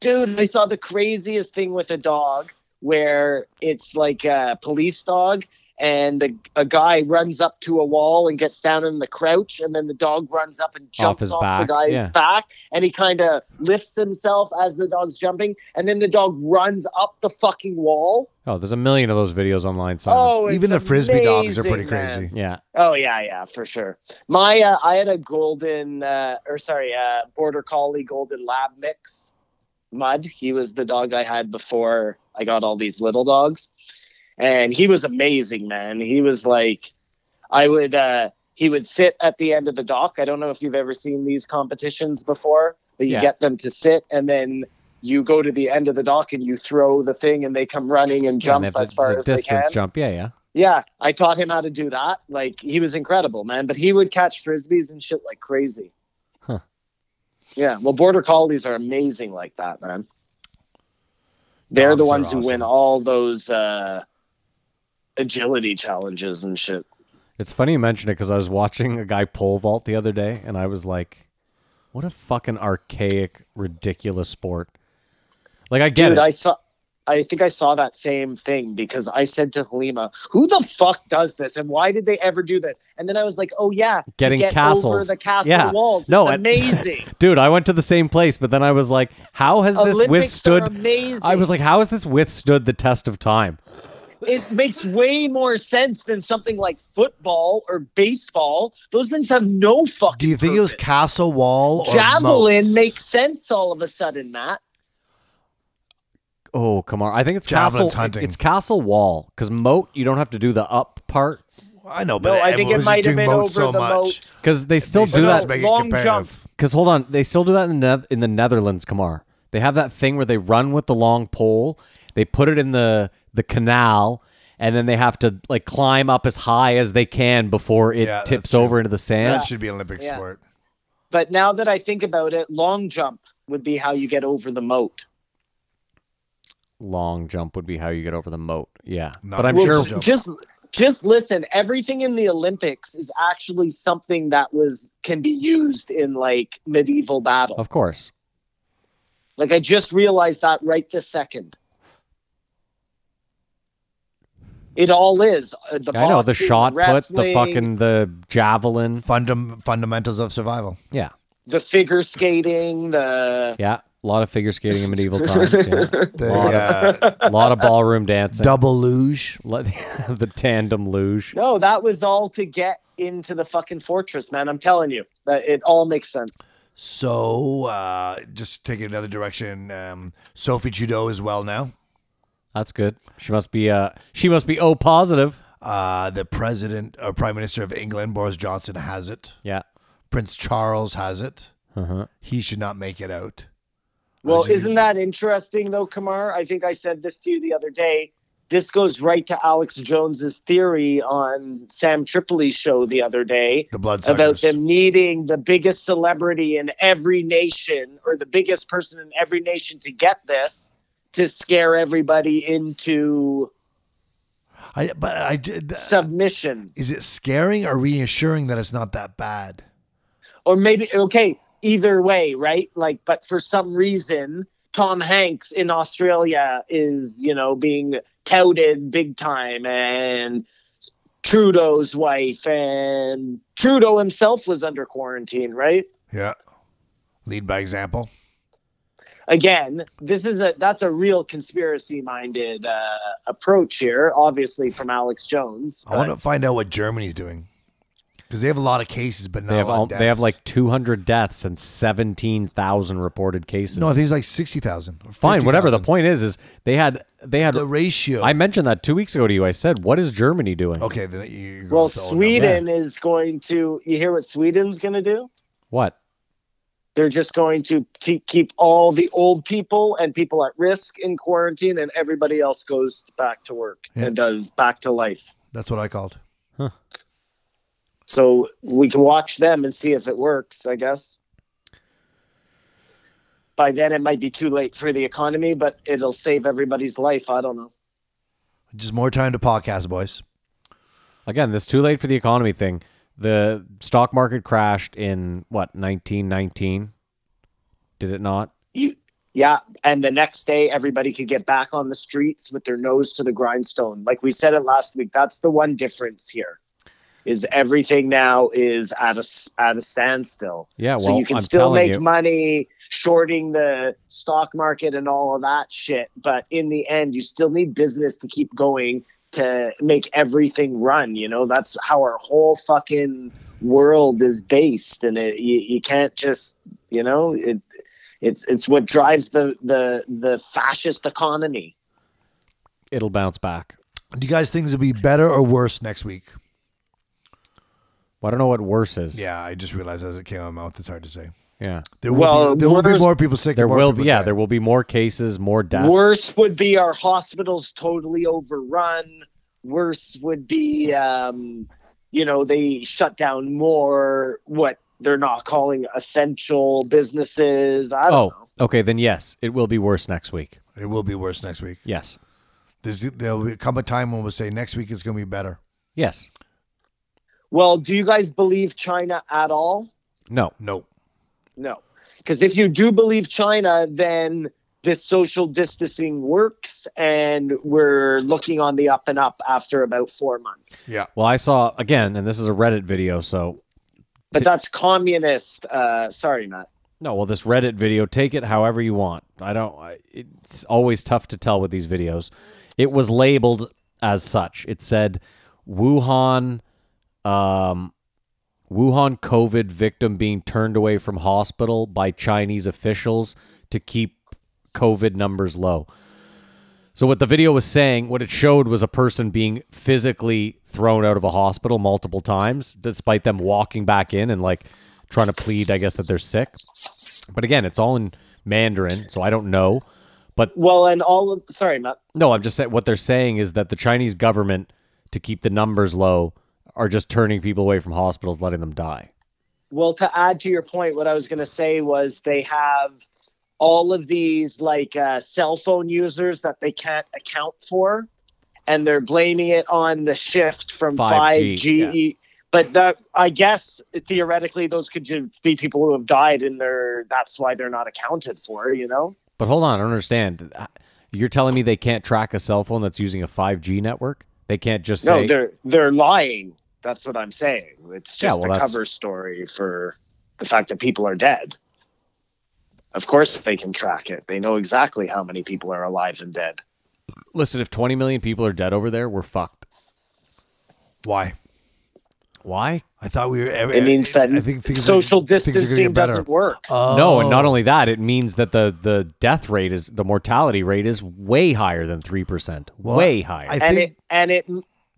S7: dude i saw the craziest thing with a dog where it's like a police dog and a, a guy runs up to a wall and gets down in the crouch and then the dog runs up and jumps
S5: his
S7: off, the
S5: back,
S7: guy's
S5: yeah.
S7: back and he kind of lifts himself as the dog's jumping and then the dog runs up the fucking wall
S5: Oh, there's a million of those videos online. Simon.
S7: oh it's
S6: even the frisbee dogs are
S7: amazing,
S6: pretty
S7: man.
S6: crazy.
S5: yeah,
S7: Oh yeah, yeah, for sure. My uh, I had a golden uh, or sorry, uh, border collie golden lab mix. Mud. He was the dog I had before I got all these little dogs, and he was amazing, man. He was like, I would uh, he would sit at the end of the dock. I don't know if you've ever seen these competitions before, but you
S5: Yeah.
S7: get them to sit and then. You go to the end of the dock and you throw the thing, and they come running and
S5: Yeah, and
S7: jump
S5: they have
S7: as
S5: to-
S7: far
S5: it's
S7: as
S5: a
S7: they
S5: distance
S7: can.
S5: jump. Yeah, yeah.
S7: Yeah, I taught him how to do that. Like he was incredible, man. But he would catch frisbees and shit like crazy.
S5: Huh.
S7: Yeah, well, border collies are amazing like that, man. They're
S6: Dogs
S7: the
S6: are
S7: ones who
S6: awesome.
S7: win all those uh, agility challenges and shit.
S5: It's funny you mention it because I was watching a guy pole vault the other day, and I was like, "What a fucking archaic, ridiculous sport!" Like I get
S7: Dude,
S5: it.
S7: I saw. I think I saw that same thing because I said to Halima, "Who the fuck does this, and why did they ever do this?" And then I was like, "Oh yeah, to
S5: Getting
S7: get over
S5: castles.
S7: the castle
S5: Yeah.
S7: walls.
S5: No,
S7: it's
S5: and-
S7: amazing.
S5: Dude, I went to the same place, but then I was like, "How has this
S7: Olympics are
S5: withstood?"
S7: amazing.
S5: I was like, "How has this withstood the test of time?"
S7: it makes way more sense than something like football or baseball. Those things have no fucking.
S6: Do you think it was
S7: purpose.
S6: castle wall or
S7: javelin
S6: moats?
S7: makes sense all of a sudden, Matt?
S5: Oh, come on! I think it's
S6: Javelin's
S5: castle.
S6: hunting.
S5: It's castle wall because moat. You don't have to do the up part.
S6: I know, but
S7: No, I think
S6: everyone's
S7: it
S6: just
S7: might have
S6: doing
S7: been over
S6: moats so
S7: the
S6: much.
S7: moat.
S5: Because they still
S6: They
S5: do
S6: still
S5: that.
S6: make it
S7: Long
S6: competitive.
S7: jump.
S5: Because hold on, they still do that in the, Neth- in the Netherlands, Kamar. They have that thing where they run with the long pole, they put it in the the canal, and then they have to like climb up as high as they can before it
S6: Yeah, that's
S5: tips
S6: true.
S5: over into the sand.
S6: That should be an Olympic
S7: Yeah.
S6: sport.
S7: But now that I think about it, long jump would be how you get over the moat.
S5: Long jump would be how you get over the moat. Yeah,
S6: Not
S5: but I'm
S6: the
S5: sure.
S6: long jump.
S7: Just just listen, everything in the Olympics is actually something that was can be used in like medieval battle.
S5: Of course.
S7: Like I just realized that right this second. It all is uh, the
S5: I know the
S7: boxing,
S5: shot put, the
S7: wrestling,
S5: fucking the javelin.
S6: Fundam- fundamentals of survival.
S5: Yeah,
S7: the figure skating, the
S5: yeah. A lot of figure skating in medieval times. Yeah.
S6: The uh,
S5: A lot of ballroom dancing.
S6: double luge.
S5: Let- the tandem luge.
S7: no, that was all to get into the fucking fortress, man. I'm telling you, that it all makes sense.
S6: So, uh, just taking another direction. Um, Sophie Trudeau is well now.
S5: That's good. She must be uh she must be O positive.
S6: Uh, the president or prime minister of England, Boris Johnson, has it.
S5: Yeah.
S6: Prince Charles has it.
S5: Uh-huh.
S6: He should not make it out.
S7: Well,
S6: Obviously-
S7: isn't that interesting though, Kamar? I think I said this to you the other day. This goes right to Alex Jones's theory on Sam Tripoli's show the other day.
S6: The blood
S7: about them needing the biggest celebrity in every nation or the biggest person in every nation to get this to scare everybody into
S6: I, but I did.
S7: submission
S6: is it scaring or reassuring that it's not that bad?
S7: or maybe okay either way right like but for some reason tom hanks in australia is you know being touted big time and trudeau's wife and trudeau himself was under quarantine right
S6: Yeah. Lead by example.
S7: again this is a that's a real conspiracy minded uh, approach here obviously from alex jones
S6: I want to find out what Germany's doing because they have a lot of cases, but not
S5: They have
S6: a lot
S5: all,
S6: of
S5: they have
S6: deaths.
S5: like 200 deaths and 17,000 reported cases.
S6: no, I think it's like sixty thousand.
S5: Fine, whatever. The point is is they had they had
S6: the ratio.
S5: I mentioned that 2 weeks ago to you. I said, "What is Germany doing?"
S6: okay, then you- you're going
S7: Uh, well
S6: with the old numbers.
S7: sweden is going to you hear what sweden's going to do
S5: What?
S7: they're just going to te- keep all the old people and people at risk in quarantine and everybody else goes back to work
S6: Yeah.
S7: and does back to life
S6: That's what I called.
S7: so we can watch them and see if it works i guess by then it might be too late for the economy but it'll save everybody's life i don't know
S6: Just more time to podcast, boys.
S5: Again, this too late for the economy thing. The stock market crashed in what, 1919? Did it not?
S7: you yeah and the next day everybody could get back on the streets with their nose to the grindstone like we said it last week that's the one difference here is everything now is at a s- at a standstill
S5: Yeah,
S7: so
S5: well,
S7: you can
S5: I'm
S7: still
S5: telling
S7: make
S5: you.
S7: money shorting the stock market and all of that shit but in the end you still need business to keep going to make everything run you know that's how our whole fucking world is based and it, you, you can't just you know it, it's it's what drives the the the fascist economy
S5: It'll bounce back.
S6: Do you guys think it'll be better or worse next week?
S5: Well, I don't know what worse is.
S6: Yeah, I just realized as it came out of my mouth, it's hard to say.
S5: Yeah.
S6: There will,
S7: Well,
S6: be, there will be
S7: worse-
S6: more people sick. and
S5: There
S6: more
S5: will be
S6: people
S5: yeah,
S6: dead.
S5: there will be more cases, more deaths.
S7: worse would be our hospitals totally overrun worse would be um you know they shut down more what they're not calling essential businesses i don't
S5: Oh,
S7: know
S5: okay, then yes, it will be worse next week.
S6: It will be worse next week.
S5: Yes.
S6: There's, there'll be- come a time when we'll say next week is going to be better.
S5: Yes.
S7: well do you guys believe china at all
S5: No.
S6: No.
S7: No. Because if you do believe China, then this social distancing works and we're looking on the up and up after about four months.
S6: Yeah.
S5: Well, I saw again, and this is a Reddit video, so
S7: But that's communist. Uh, sorry, Matt.
S5: no. Well, this Reddit video, take it however you want. I don't. I, it's always tough to tell with these videos. It was labeled as such. It said Wuhan, um, Wuhan COVID victim being turned away from hospital by Chinese officials to keep COVID numbers low. So what the video was saying, what it showed was a person being physically thrown out of a hospital multiple times, despite them walking back in and like trying to plead, I guess, that they're sick. But again, it's all in Mandarin, so I don't know.
S7: Well, and all of sorry, not
S5: No, I'm just saying what they're saying is that the Chinese government, to keep the numbers low, are just turning people away from hospitals, letting them die.
S7: well to add to your point what i was going to say was they have all of these like uh, cell phone users that they can't account for and they're blaming it on the shift from
S5: 5G,
S7: 5g, but that i guess theoretically those could ju- be people who have died and they're that's why they're not accounted for you know
S5: But hold on, I don't understand. Uh, You're telling me they can't track a cell phone that's using a 5G network? They can't just
S7: no
S5: say
S7: they're they're lying that's what i'm saying it's
S5: Yeah,
S7: just
S5: well,
S7: a
S5: that's-
S7: cover story for the fact that people are dead of course they can track it they know exactly how many people are alive and dead
S5: listen, if 20 million people are dead over there, we're fucked.
S6: Why?
S5: Why?
S6: I thought we were. e-
S7: it means that
S6: I think things are-
S7: social
S6: things are gonna
S7: distancing
S6: get better. Oh,
S7: doesn't work
S5: No, and not only that, it means that the the death rate is the mortality rate is way higher than 3%.
S6: Well,
S5: way higher.
S6: I
S7: and
S6: think
S7: it and it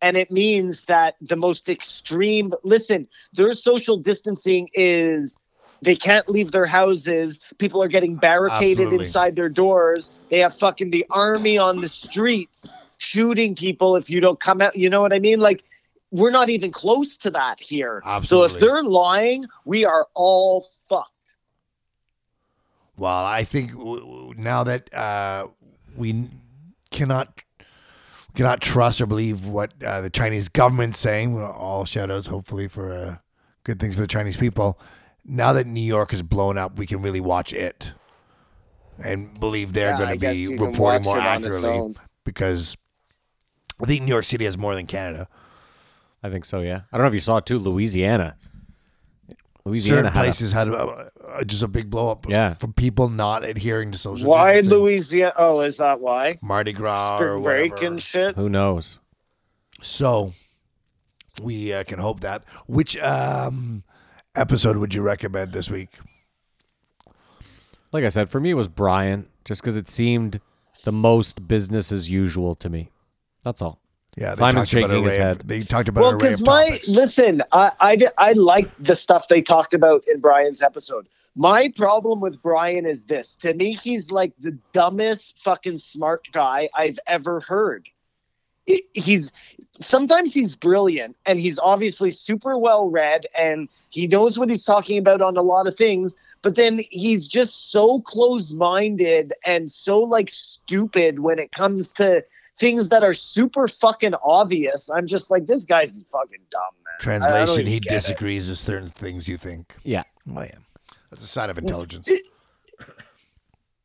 S7: and it means that the most extreme listen their social distancing is they can't leave their houses people are getting barricaded
S6: Absolutely.
S7: inside their doors they have fucking the army on the streets shooting people if you don't come out you know what i mean like we're not even close to that here so
S6: Absolutely.
S7: if they're lying we are all fucked
S6: Well, I think w- w- now that uh, we n- cannot cannot trust or believe what uh, the Chinese government's saying, well, all shout outs hopefully for uh, good things for the Chinese people. Now that New York is blown up, we can really watch it and believe they're
S7: Yeah, I
S6: going to
S7: guess you
S6: be
S7: can
S6: reporting
S7: watch
S6: more
S7: it on its
S6: accurately
S7: own.
S6: because I think New York City has more than Canada.
S5: I think so, yeah. I don't know if you saw it too, Louisiana. Louisiana
S6: Certain
S5: had a-
S6: places had uh, uh, just a big blow up
S5: Yeah.
S6: from people not adhering to social
S7: why
S6: distancing.
S7: louisiana oh is that why
S6: Mardi Gras or
S7: Spring break
S6: whatever.
S7: and shit
S5: who knows.
S6: So we uh, can hope that. Which um, episode would you recommend this week?
S5: Like I said, for me it was Brian just cuz it seemed the most business as usual to me. That's all.
S6: Yeah, they
S5: Simon's
S6: talked about
S5: shaking
S6: an
S5: his
S6: array of-
S5: head.
S6: They talked about
S7: Well,
S6: an array of
S7: because my
S6: topics.
S7: listen, I, I d- I like the stuff they talked about in Brian's episode. My problem with Brian is this: to me, he's like the dumbest fucking smart guy I've ever heard. I- He's sometimes he's brilliant and he's obviously super well read and he knows what he's talking about on a lot of things, but then he's just so close minded and so like stupid when it comes to things that are super fucking obvious. I'm just like, this guy's fucking dumb, man. I don't
S6: Translation:
S7: even
S6: He
S7: get it.
S6: disagrees with certain things you think.
S5: Yeah.
S6: Oh, yeah. That's a sign of intelligence.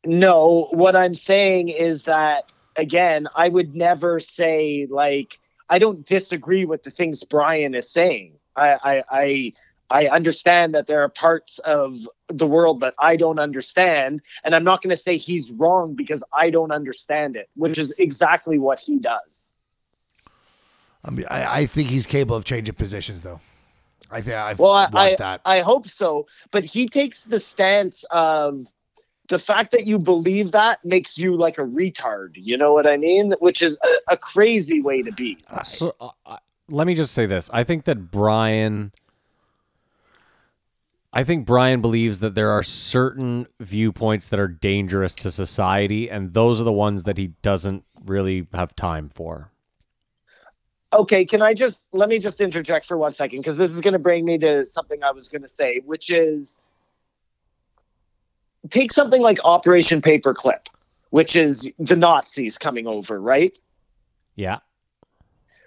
S7: No, what I'm saying is that again, I would never say like I don't disagree with the things Brian is saying. I I I, I understand that there are parts of the world that I don't understand, and I'm not going to say he's wrong because I don't understand it, which is exactly what he does.
S6: I, mean, I, I think he's capable of changing positions, though. I think I've
S7: Well, I,
S6: watched
S7: I,
S6: that.
S7: I hope so, but he takes the stance of the fact that you believe that makes you like a retard. You know what I mean? Which is a, a crazy way to be.
S5: So uh, I- let me just say this. I think that Brian I think Brian believes that there are certain viewpoints that are dangerous to society and those are the ones that he doesn't really have time for.
S7: okay can i just let me just interject for one second because this is going to bring me to something i was going to say which is take something like operation paperclip which is the nazis coming over right
S5: Yeah.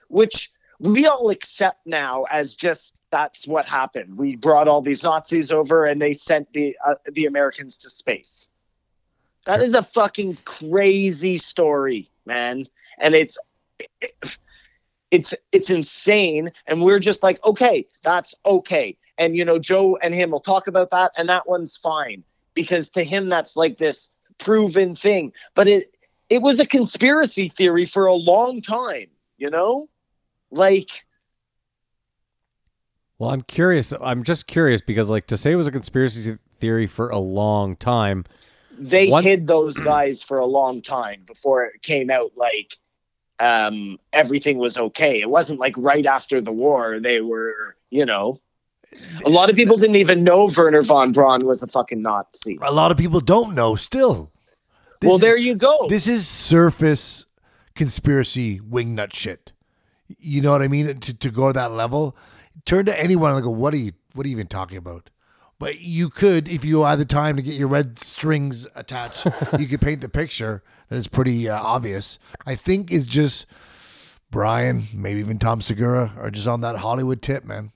S7: which we all accept now as just that's what happened we brought all these nazis over and they sent the uh, the americans to space that is a fucking crazy story man and it's it's it's insane and we're just like okay that's okay and you know joe and him will talk about that and that one's fine because to him that's like this proven thing but it it was a conspiracy theory for a long time you know like
S5: Well, I'm curious. I'm just curious because like to say it was a conspiracy theory for a long time
S7: they
S5: One-
S7: hid those guys for a long time before it came out like um everything was okay it wasn't like right after the war they were you know a lot of people didn't even know werner von braun was a fucking nazi
S6: A lot of people don't know still. This
S7: well
S6: is-
S7: there you go
S6: This is surface conspiracy wingnut shit. You know what I mean? To, to go to that level, turn to anyone and go, "What are you? What are you even talking about?" But you could, if you had the time to get your red strings attached, you could paint the picture that is pretty uh, obvious. I think it's just Brian, maybe even Tom Segura, are just on that Hollywood tip, man.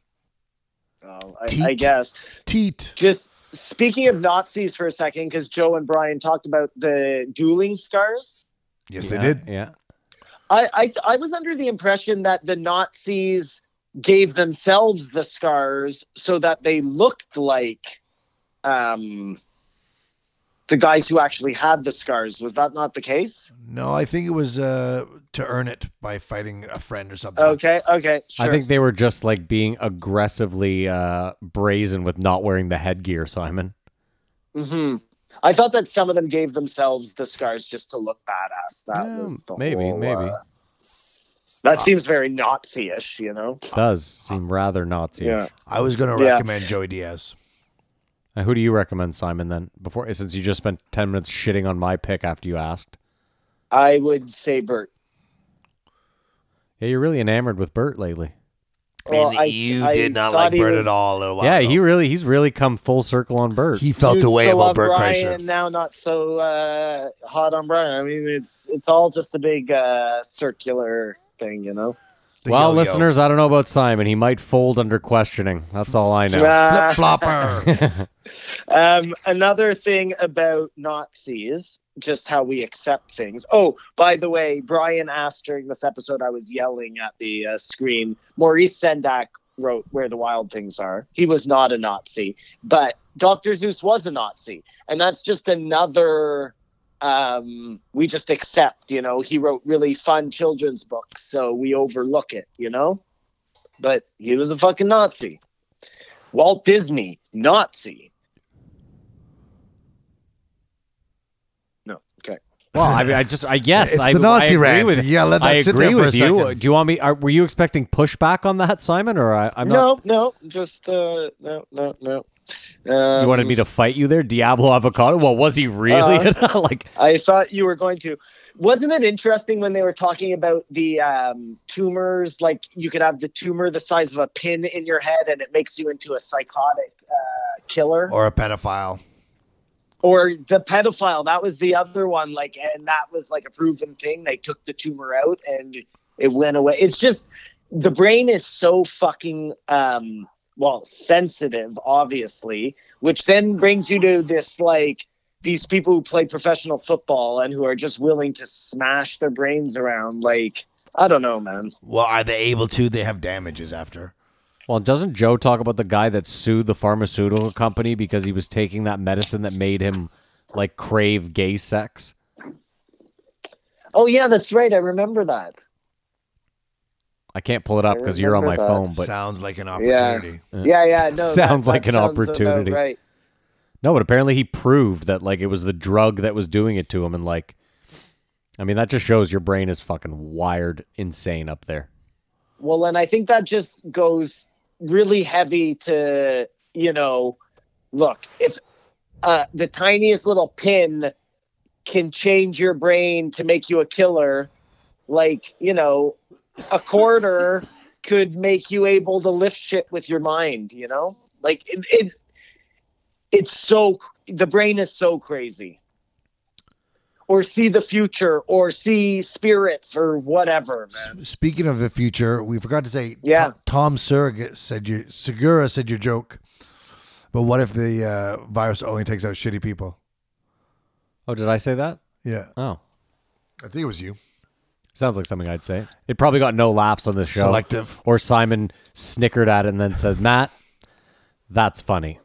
S7: Oh, I, I guess
S6: Teat.
S7: just speaking of nazis for a second because joe and brian talked about the dueling scars
S6: Yes,
S5: yeah,
S6: they did.
S5: Yeah.
S7: I, I I was under the impression that the Nazis gave themselves the scars so that they looked like um the guys who actually had the scars. Was that not the case?
S6: No, I think it was uh, to earn it by fighting a friend or something.
S7: Okay, okay, sure.
S5: I think they were just like being aggressively uh, brazen with not wearing the headgear, Simon.
S7: hmm I thought that some of them gave themselves the scars just to look badass. That
S5: Yeah,
S7: was the
S5: maybe,
S7: whole,
S5: maybe. Uh,
S7: uh, that seems very Nazi-ish, you know.
S5: Does seem rather Nazi.
S6: I was going to
S7: Yeah.
S6: recommend Joey Diaz.
S5: Uh, Who do you recommend, Simon? Then before, since you just spent ten minutes shitting on my pick after you asked.
S7: I would say Bert.
S5: Yeah, you're really enamored with Bert lately.
S7: Well, oh, I- I thought he was-
S6: all. A little while
S5: yeah,
S6: ago.
S5: he really he's really come full circle on Bert.
S6: he felt
S7: Used
S6: the way
S7: to
S6: about
S7: love
S6: Bert
S7: Brian,
S6: Kreischer.
S7: Now not so uh, hot on Brian. I mean, it's it's all just a big uh, circular thing, you know.
S6: The
S5: well,
S6: yo-yo.
S5: listeners, I don't know about Simon. He might fold under questioning. That's all I know.
S7: Uh,
S6: flip flopper.
S7: um, another thing about Nazis, just how we accept things. Oh, by the way, Brian asked during this episode. I was yelling at the uh, screen. Maurice Sendak wrote "Where the Wild Things Are." He was not a Nazi, but Doctor Zeus was a Nazi, and that's just another. um, we just accept, you know, he wrote really fun children's books, so we overlook it, you know? But he was a fucking Nazi. Walt Disney, Nazi. No, okay.
S5: Well, I mean, I just, I guess
S6: It's
S5: I,
S6: the Nazi
S5: I agree
S6: rant.
S5: with
S6: Yeah, let that
S5: I
S6: sit
S5: agree
S6: there for a
S5: with you.
S6: second.
S5: Do you want me? Are, were you expecting pushback on that, Simon? Or I, I'm not.
S7: No, no, just, uh, no, no, no. Um,
S5: You wanted me to fight you there, Diablo Avocado. Well, was he really
S6: Uh,
S5: like?
S7: I thought you were going to. Wasn't it interesting when they were talking about the um, tumors? Like you could have the tumor the size of a pin in your head, and it makes you into a psychotic uh, killer. Or,
S6: or a pedophile.
S7: the pedophile. That was the other one. Like, and that was like a proven thing. They took the tumor out, and it went away. It's just the brain is so fucking um, well sensitive, obviously, which then brings you to this like these people who play professional football and who are just willing to smash their brains around. Like, I don't know, man.
S6: Well, are they able to? They have damages after.
S5: Well, doesn't Joe talk about the guy that sued the pharmaceutical company because he was taking that medicine that made him like crave gay sex?
S7: Oh, yeah, that's right. I remember that.
S5: I can't pull it up because you're on my
S7: remember that.
S5: phone, but
S6: Sounds like an opportunity.
S7: Yeah, yeah. No, that-
S5: Sounds
S7: that
S5: like an
S7: sounds about
S5: opportunity.
S7: Right.
S5: No, but apparently he proved that like it was the drug that was doing it to him, and like, I mean, that just shows your brain is fucking wired insane up there.
S7: Well, and I think that just goes really heavy to, you know, look, if uh, the tiniest little pin can change your brain to make you a killer, like, you know, a quarter could make you able to lift shit with your mind, you know? Like, it, it, it's so, the brain is so crazy. Or see the future, or see spirits, or whatever, man.
S6: Speaking of the future, we forgot to say.
S7: Yeah.
S6: Tom, Tom Segura said your Segura said your joke. But what if the uh, virus only takes out shitty people?
S5: Oh, did I say that?
S6: Yeah,
S5: Oh,
S6: I think it was you.
S5: sounds like something I'd say. It probably got no laughs on this show.
S6: Selective.
S5: Or Simon snickered at it and then said, "Matt, that's funny."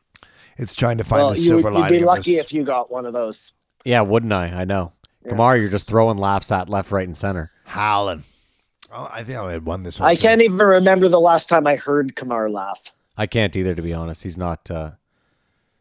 S6: It's trying to find the
S7: you,
S6: silver
S7: would-
S6: lining.
S7: You'd be
S6: of
S7: lucky
S6: this.
S7: if you got one of those.
S5: Yeah, wouldn't I? I know. Kamara, you're just throwing laughs at left, right, and center.
S6: Howlin. Oh, I think I had won this. Whole
S7: I
S6: show.
S7: can't even remember the last time I heard Kamar laugh.
S5: I can't either, to be honest. He's not. Uh,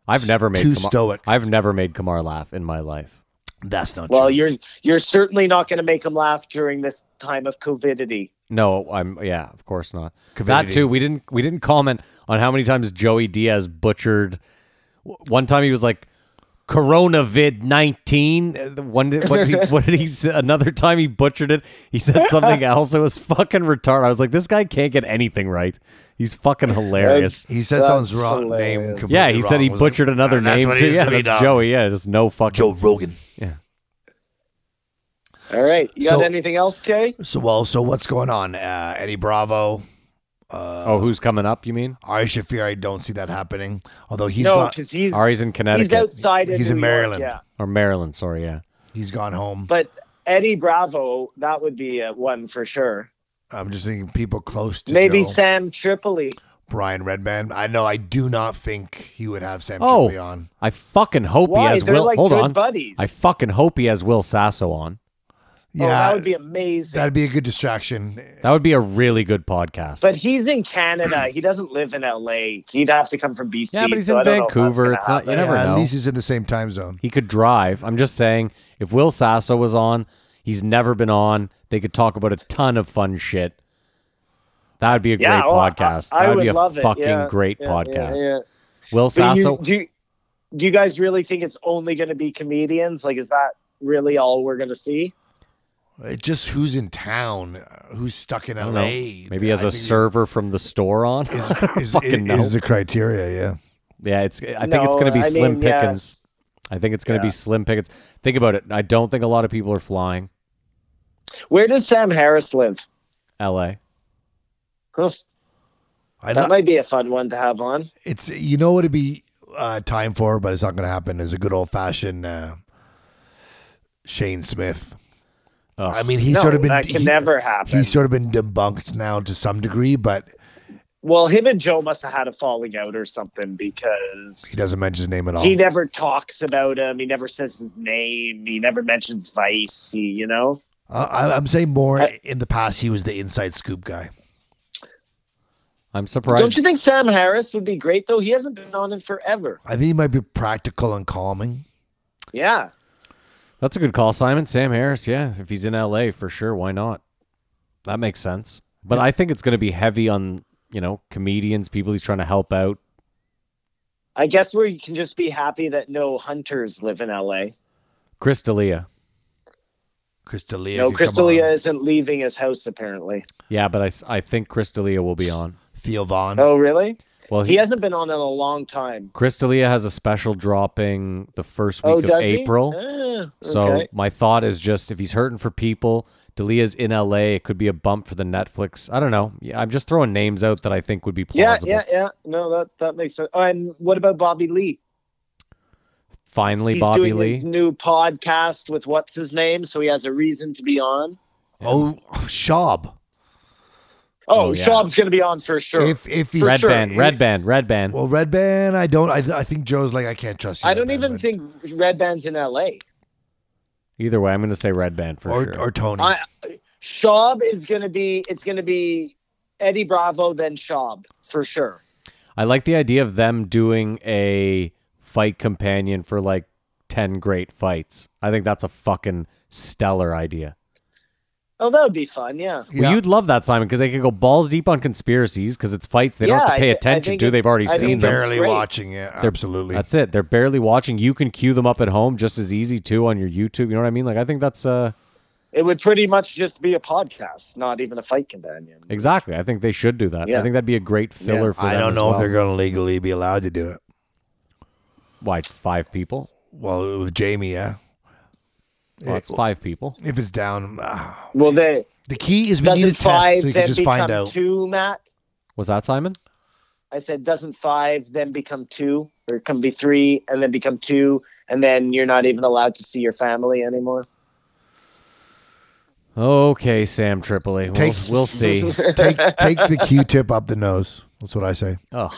S5: I've never made
S6: too
S5: Kamar,
S6: stoic.
S5: I've never made Kamar laugh in my life.
S6: That's not
S7: Well,
S6: true.
S7: you're you're certainly not going to make him laugh during this time of covidity.
S5: No, I'm yeah, of course not. That
S6: Covidity.
S5: too. We didn't we didn't comment on how many times Joey Diaz butchered. w- One time he was like coronavid nineteen. Uh, One did, what, did he, what did he say? Another time he butchered it. He said something else. It was fucking retarded. I was like, this guy can't get anything right. He's fucking hilarious.
S6: He said
S7: That's
S6: someone's wrong
S7: hilarious.
S6: name. Completely
S5: yeah, he said
S6: wrong,
S5: he
S6: wasn't
S5: butchered another
S6: And that's
S5: name
S6: what he
S5: too.
S6: used
S5: Yeah,
S6: to be
S5: that's
S6: done.
S5: Joey. Yeah, just no fucking.
S6: Joe Rogan.
S7: All right, you got
S6: So-
S7: anything else, Kay?
S6: So well, so what's going on? Uh, Eddie Bravo,
S5: oh, who's coming up? You mean?
S6: Ari Shafir. I don't see that happening. Although he's
S7: no,
S6: gone,
S7: because he's
S5: Ari's Oh, in Connecticut
S7: he's outside of
S6: He's in
S7: New York,
S6: Maryland.
S7: yeah,
S5: or Maryland? Sorry, yeah.
S6: he's gone home.
S7: but Eddie Bravo, that would be uh, one for sure.
S6: I'm just thinking people close to
S7: Maybe
S6: Joe,
S7: Sam Tripoli.
S6: Brian Redman. I know. I do not think he would have Sam
S5: Oh.
S6: Tripoli on.
S5: I fucking hope he
S7: Why?
S5: has
S7: They're
S5: Will.
S7: like
S5: hold
S7: good
S5: on,
S7: buddies.
S5: I fucking hope he has Will Sasso on.
S6: Yeah,
S7: oh, that would be amazing.
S6: that'd be a good distraction.
S5: That would be a really good podcast.
S7: But he's in Canada. He doesn't live in LA. He'd have to come from BC.
S5: yeah, but he's
S7: so I
S5: in
S7: don't know if that's
S5: Vancouver.
S7: gonna
S5: It's not. You
S7: happen.
S5: never
S6: yeah,
S5: know.
S6: At least he's in the same time zone.
S5: he could drive. I'm just saying, if Will Sasso was on, he's never been on. They could talk about a ton of fun shit. That would be a
S7: Yeah,
S5: great
S7: oh, I-
S5: podcast.
S7: I
S5: that would,
S7: would
S5: be a
S7: love it.
S5: fucking
S7: Yeah,
S5: great
S7: yeah, yeah,
S5: podcast.
S7: yeah.
S5: Will
S7: But you-
S5: Sasso.
S7: do you, do you guys really think it's only going to be comedians? Like, is that really all we're going to see?
S6: It just who's in town, uh, who's stuck in
S5: I don't
S6: LA.
S5: know. Maybe he has
S6: a
S5: a server from the store on.
S6: Is, is,
S5: fucking
S6: is,
S5: know.
S6: is the criteria? Yeah.
S5: Yeah, it's. I think it's
S7: No,
S5: going to be
S7: I
S5: slim
S7: mean, yeah.
S5: pickings. I think it's going to be slim pickings. Think about it. I don't think a lot of people are flying.
S7: Where does Sam Harris live?
S5: L.A.
S7: Huh,
S6: I
S7: That
S6: lo-
S7: might be a fun one to have on.
S6: it's you know what it'd be uh, time for, but it's not going to happen. Is a good old fashioned uh, Shane Smith.
S5: Ugh.
S6: I mean, he's
S7: no,
S6: sort of been
S7: that can
S6: he-
S7: never happen.
S6: He's sort of been debunked now to some degree, but
S7: well, him and Joe must have had a falling out or something
S6: he
S7: because
S6: doesn't mention his name at all.
S7: he never talks about him. He never says his name. He never mentions Vice. He, you know.
S6: Uh, I, I'm saying more
S7: I-
S6: in the past. He was the inside scoop guy.
S5: I'm surprised.
S7: Don't you think Sam Harris would be great though? He hasn't been on in forever.
S6: I think he might be practical and calming.
S7: Yeah.
S5: That's a good call, Simon. Sam Harris. Yeah, if he's in L.A. for sure, why not? That makes sense. But I think it's going to be heavy on you know comedians, people he's trying to help out.
S7: I guess where you can just be happy that no hunters live in LA.
S5: Chris D'Elia.
S6: Chris D'Elia.
S7: no,
S6: could come
S7: Crystalia
S6: on.
S7: isn't leaving his house apparently.
S5: Yeah, but I s- I, think Chris D'Elia will be on.
S6: Theo Vaughn.
S7: Oh, really?
S5: Well,
S7: He
S5: he,
S7: hasn't been on in a long time.
S5: Chris D'Elia has a special dropping the first week
S7: oh,
S5: of
S7: does
S5: April.
S7: he? Ah,
S5: So
S7: okay.
S5: my thought is just if he's hurting for people, Delia's in LA. It could be a bump for the Netflix. I don't know. Yeah, I'm just throwing names out that I think would be
S7: yeah,
S5: plausible.
S7: yeah, yeah. No, that that makes sense. Oh, and what about Bobby Lee?
S5: Finally,
S7: He's
S5: Bobby
S7: doing
S5: Lee.
S7: his new podcast with what's his name, so he has a reason to be on.
S6: Oh, Schaub.
S7: Oh,
S5: Oh, yeah.
S7: Schaub's going to be on for sure.
S6: If if he's
S5: Red
S7: sure.
S5: band, red band, red band.
S6: Mm-hmm. Well, Red Band, I don't. I, I think Joe's like I can't trust you.
S7: I
S6: Red
S7: don't
S6: Band,
S7: even
S6: but-
S7: think Red Band's in LA.
S5: Either way, I'm going to say red band for
S6: Or
S5: sure.
S6: or Tony.
S7: I, Schaub is going to be. It's going to be Eddie Bravo then Schaub for sure.
S5: I like the idea of them doing a fight companion for like 10 great fights. I think that's a fucking stellar idea.
S7: Oh, that would be fun. Yeah.
S5: Well, you'd love that, Simon, because they could go balls deep on conspiracies because it's fights they
S7: Yeah,
S5: don't have
S7: I
S5: to pay
S7: thi- I
S5: attention
S7: think
S5: to.
S7: it-
S5: They've already
S7: I
S5: seen
S7: think
S5: them.
S7: it's-
S6: barely
S7: great.
S6: watching it. Absolutely.
S5: That's it. They're barely watching. You can cue them up at home just as easy too on your YouTube. You know what I mean? Like I think that's uh
S7: It would pretty much just be a podcast, not even a fight companion.
S5: exactly. I think they should do that. I
S7: Yeah.
S5: think that'd be a great filler
S7: Yeah.
S5: for
S6: I
S5: them
S6: don't
S5: as
S6: know
S5: well.
S6: if they're going to legally be allowed to do it.
S5: why five people.
S6: Well, with Jamie, yeah.
S5: Well, it's five people.
S6: If it's down, ah.
S7: Well, they
S6: the key is we need a
S7: doesn't
S6: test
S7: five
S6: so you
S7: then
S6: can just
S7: become
S6: find out.
S7: two, Matt.
S5: Was that Simon?
S7: I said doesn't five then become two, or can be three, and then become two, and then you're not even allowed to see your family anymore.
S5: Okay, Sam Tripoli. We'll,
S6: Take-
S5: we'll see.
S6: take take the Q-tip up the nose. That's what I say.
S5: Ugh.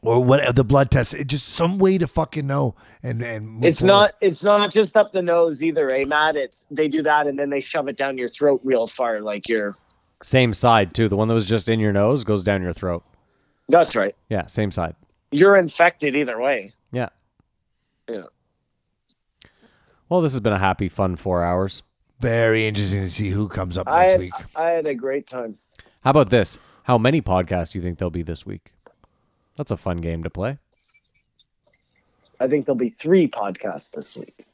S6: Or what the blood test? It just some way to fucking know. And and move
S7: It's
S6: forward.
S7: not. It's not just up the nose either, eh, Matt? It's they do that and then they shove it down your throat real far, like you're.
S5: Same side too. The one that was just in your nose goes down your throat.
S7: That's right.
S5: Yeah, same side.
S7: you're infected either way.
S5: Yeah.
S7: Yeah.
S5: Well, this has been a happy, fun four hours.
S6: Very interesting to see who comes up
S7: I
S6: next
S7: had,
S6: week.
S7: I had a great time.
S5: How about this? How many podcasts do you think there'll be this week? That's a fun game to play.
S7: I think there'll be three podcasts this week.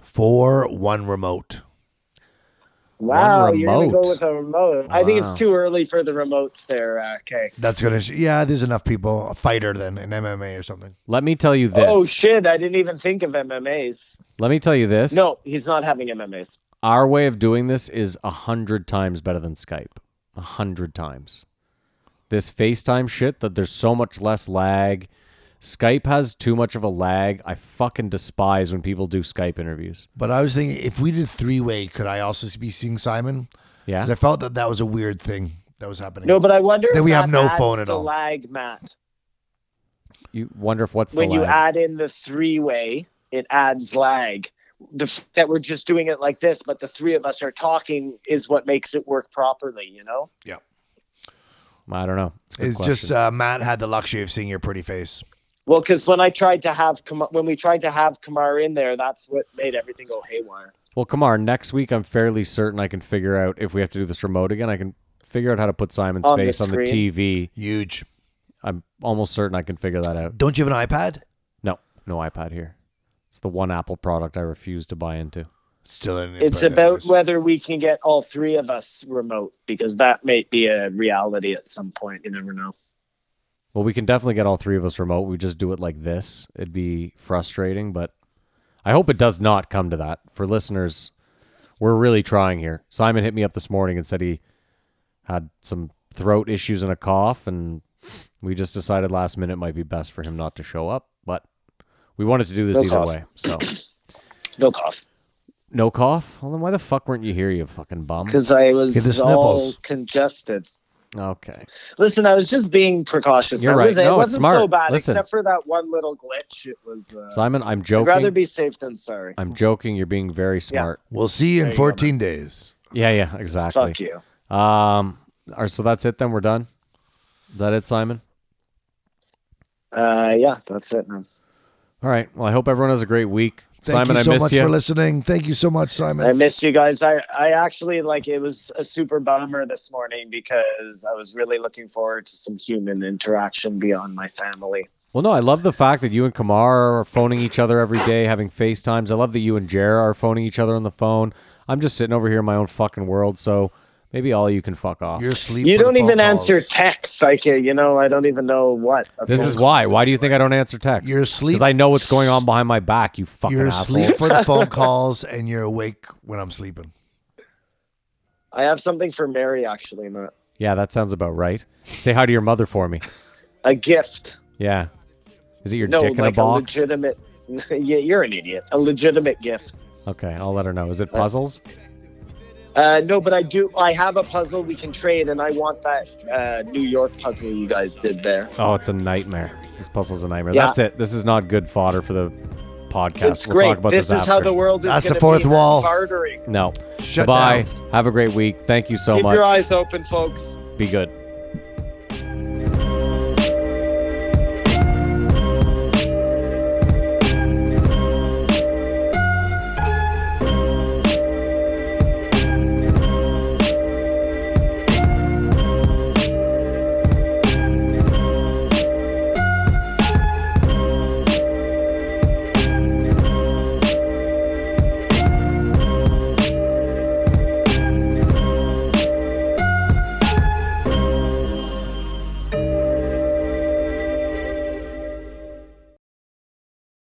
S6: Four, one remote.
S7: Wow,
S5: One
S7: you're gonna
S5: remote.
S7: go with a remote. I think it's
S5: Wow.
S7: too early for the remotes there. Uh, okay.
S6: That's gonna. Sh- yeah, there's enough people. A fighter then, an MMA or something.
S5: Let me tell you this.
S7: Oh shit! I didn't even think of MMAs.
S5: Let me tell you this.
S7: No, he's not having MMAs.
S5: Our way of doing this is a hundred times better than Skype. A hundred times. This FaceTime shit that there's so much less lag. Skype has too much of a lag. I fucking despise when people do Skype interviews.
S6: But I was thinking, if we did three way, could I also be seeing Simon?
S5: Yeah.
S6: Because I felt that that was a weird thing that was happening.
S7: No, but I wonder
S6: Then
S7: if
S6: we
S7: that
S6: have no
S7: adds
S6: phone at
S7: the
S6: all.
S7: Lag, Matt.
S5: You wonder if what's
S7: When
S5: the
S7: you
S5: lag.
S7: add in the three-way, it adds lag. The f- that we're just doing it like this, but the three of us are talking is what makes it work properly. You know.
S5: I don't know. It's, a good
S6: it's
S5: question.
S6: just uh, Matt had the luxury of seeing your pretty face.
S7: Well, because when I tried to have Kam- when we tried to have Kamar in there, that's what made everything go haywire.
S5: Well, Kamar, next week I'm fairly certain I can figure out if we have to do this remote again. I can figure out how to put Simon's
S7: On the
S5: face on the
S7: screen.
S5: TV.
S6: Huge.
S5: I'm almost certain I can figure that out.
S6: Don't you have an iPad?
S5: No, no iPad here. It's the one Apple product I refuse to buy into.
S6: Still in.
S7: it's about whether we can get all three of us remote because that may be a reality at some point. You never know.
S5: Well, we can definitely get all three of us remote. We just do it like this. It'd be frustrating, but I hope it does not come to that. For listeners, we're really trying here. Simon hit me up this morning and said he had some throat issues and a cough, and we just decided last minute might be best for him not to show up. But we wanted to do this
S7: No
S5: either
S7: cough.
S5: way. So
S7: No cough
S5: no cough. Well, then why the fuck weren't you here, you fucking bum?
S7: because I
S6: Get the
S7: was
S6: sniffles.
S7: all congested.
S5: Okay.
S7: Listen, I was just being precautious.
S5: You're
S7: I
S5: right.
S7: wasn't-
S5: No,
S7: it
S5: it's
S7: wasn't so
S5: smart.
S7: bad
S5: Listen.
S7: except for that one little glitch. It was. Uh,
S5: Simon, I'm
S7: I'd
S5: joking.
S7: rather be safe than sorry.
S5: I'm joking. You're being very smart.
S6: We'll see you in
S7: you go,
S6: 14 days.
S5: Yeah, yeah, exactly.
S7: Fuck you.
S5: Um. All right, so that's it. Then we're done. Is that it, Simon?
S7: Uh, yeah, that's it, man.
S5: All right. Well, I hope everyone has a great week.
S6: Thank
S5: Simon,
S6: you so
S5: I miss
S6: much
S5: you.
S6: for listening. Thank you so much, Simon.
S7: I missed you guys. I, I actually like it was a super bummer this morning because I was really looking forward to some human interaction beyond my family.
S5: well, no, I love the fact that you and Kamar are phoning each other every day, having FaceTimes. I love that you and Jara are phoning each other on the phone. I'm just sitting over here in my own fucking world, so maybe all you can fuck off.
S6: You're asleep.
S7: You
S6: for the
S7: don't
S6: phone
S7: even
S6: calls.
S7: answer texts. I can, you know, I don't even know what. a
S5: this
S7: phone
S5: is why. Why do you think I don't answer texts?
S6: You're asleep.
S5: Because I know what's going on behind my back, you fucking
S6: You're
S5: asshole.
S6: asleep for the phone calls, and you're awake when I'm sleeping.
S7: I have something for Mary actually, not
S5: Yeah, that sounds about right. Say hi to your mother for me.
S7: a gift.
S5: Yeah. Is it your
S7: no,
S5: dick in
S7: like
S5: a box?
S7: legitimate. yeah, you're an idiot. A legitimate gift.
S5: Okay, I'll let her know. Is it puzzles?
S7: Uh, no, but I do. I have a puzzle we can trade, and I want that uh, New York puzzle you guys did there.
S5: Oh, it's a nightmare. This puzzle's a nightmare.
S7: Yeah.
S5: That's it. This is not good fodder for the podcast.
S7: it's
S5: we'll
S7: great.
S5: talk about
S7: this,
S5: this,
S7: is how
S5: after.
S7: the world is.
S6: That's the
S7: gonna
S6: fourth
S7: be
S6: wall.
S7: Bartering.
S5: No.
S6: Shut
S5: Bye.
S6: down.
S5: Have a great week. Thank you so
S7: Keep
S5: much.
S7: your eyes open, folks.
S5: Be good.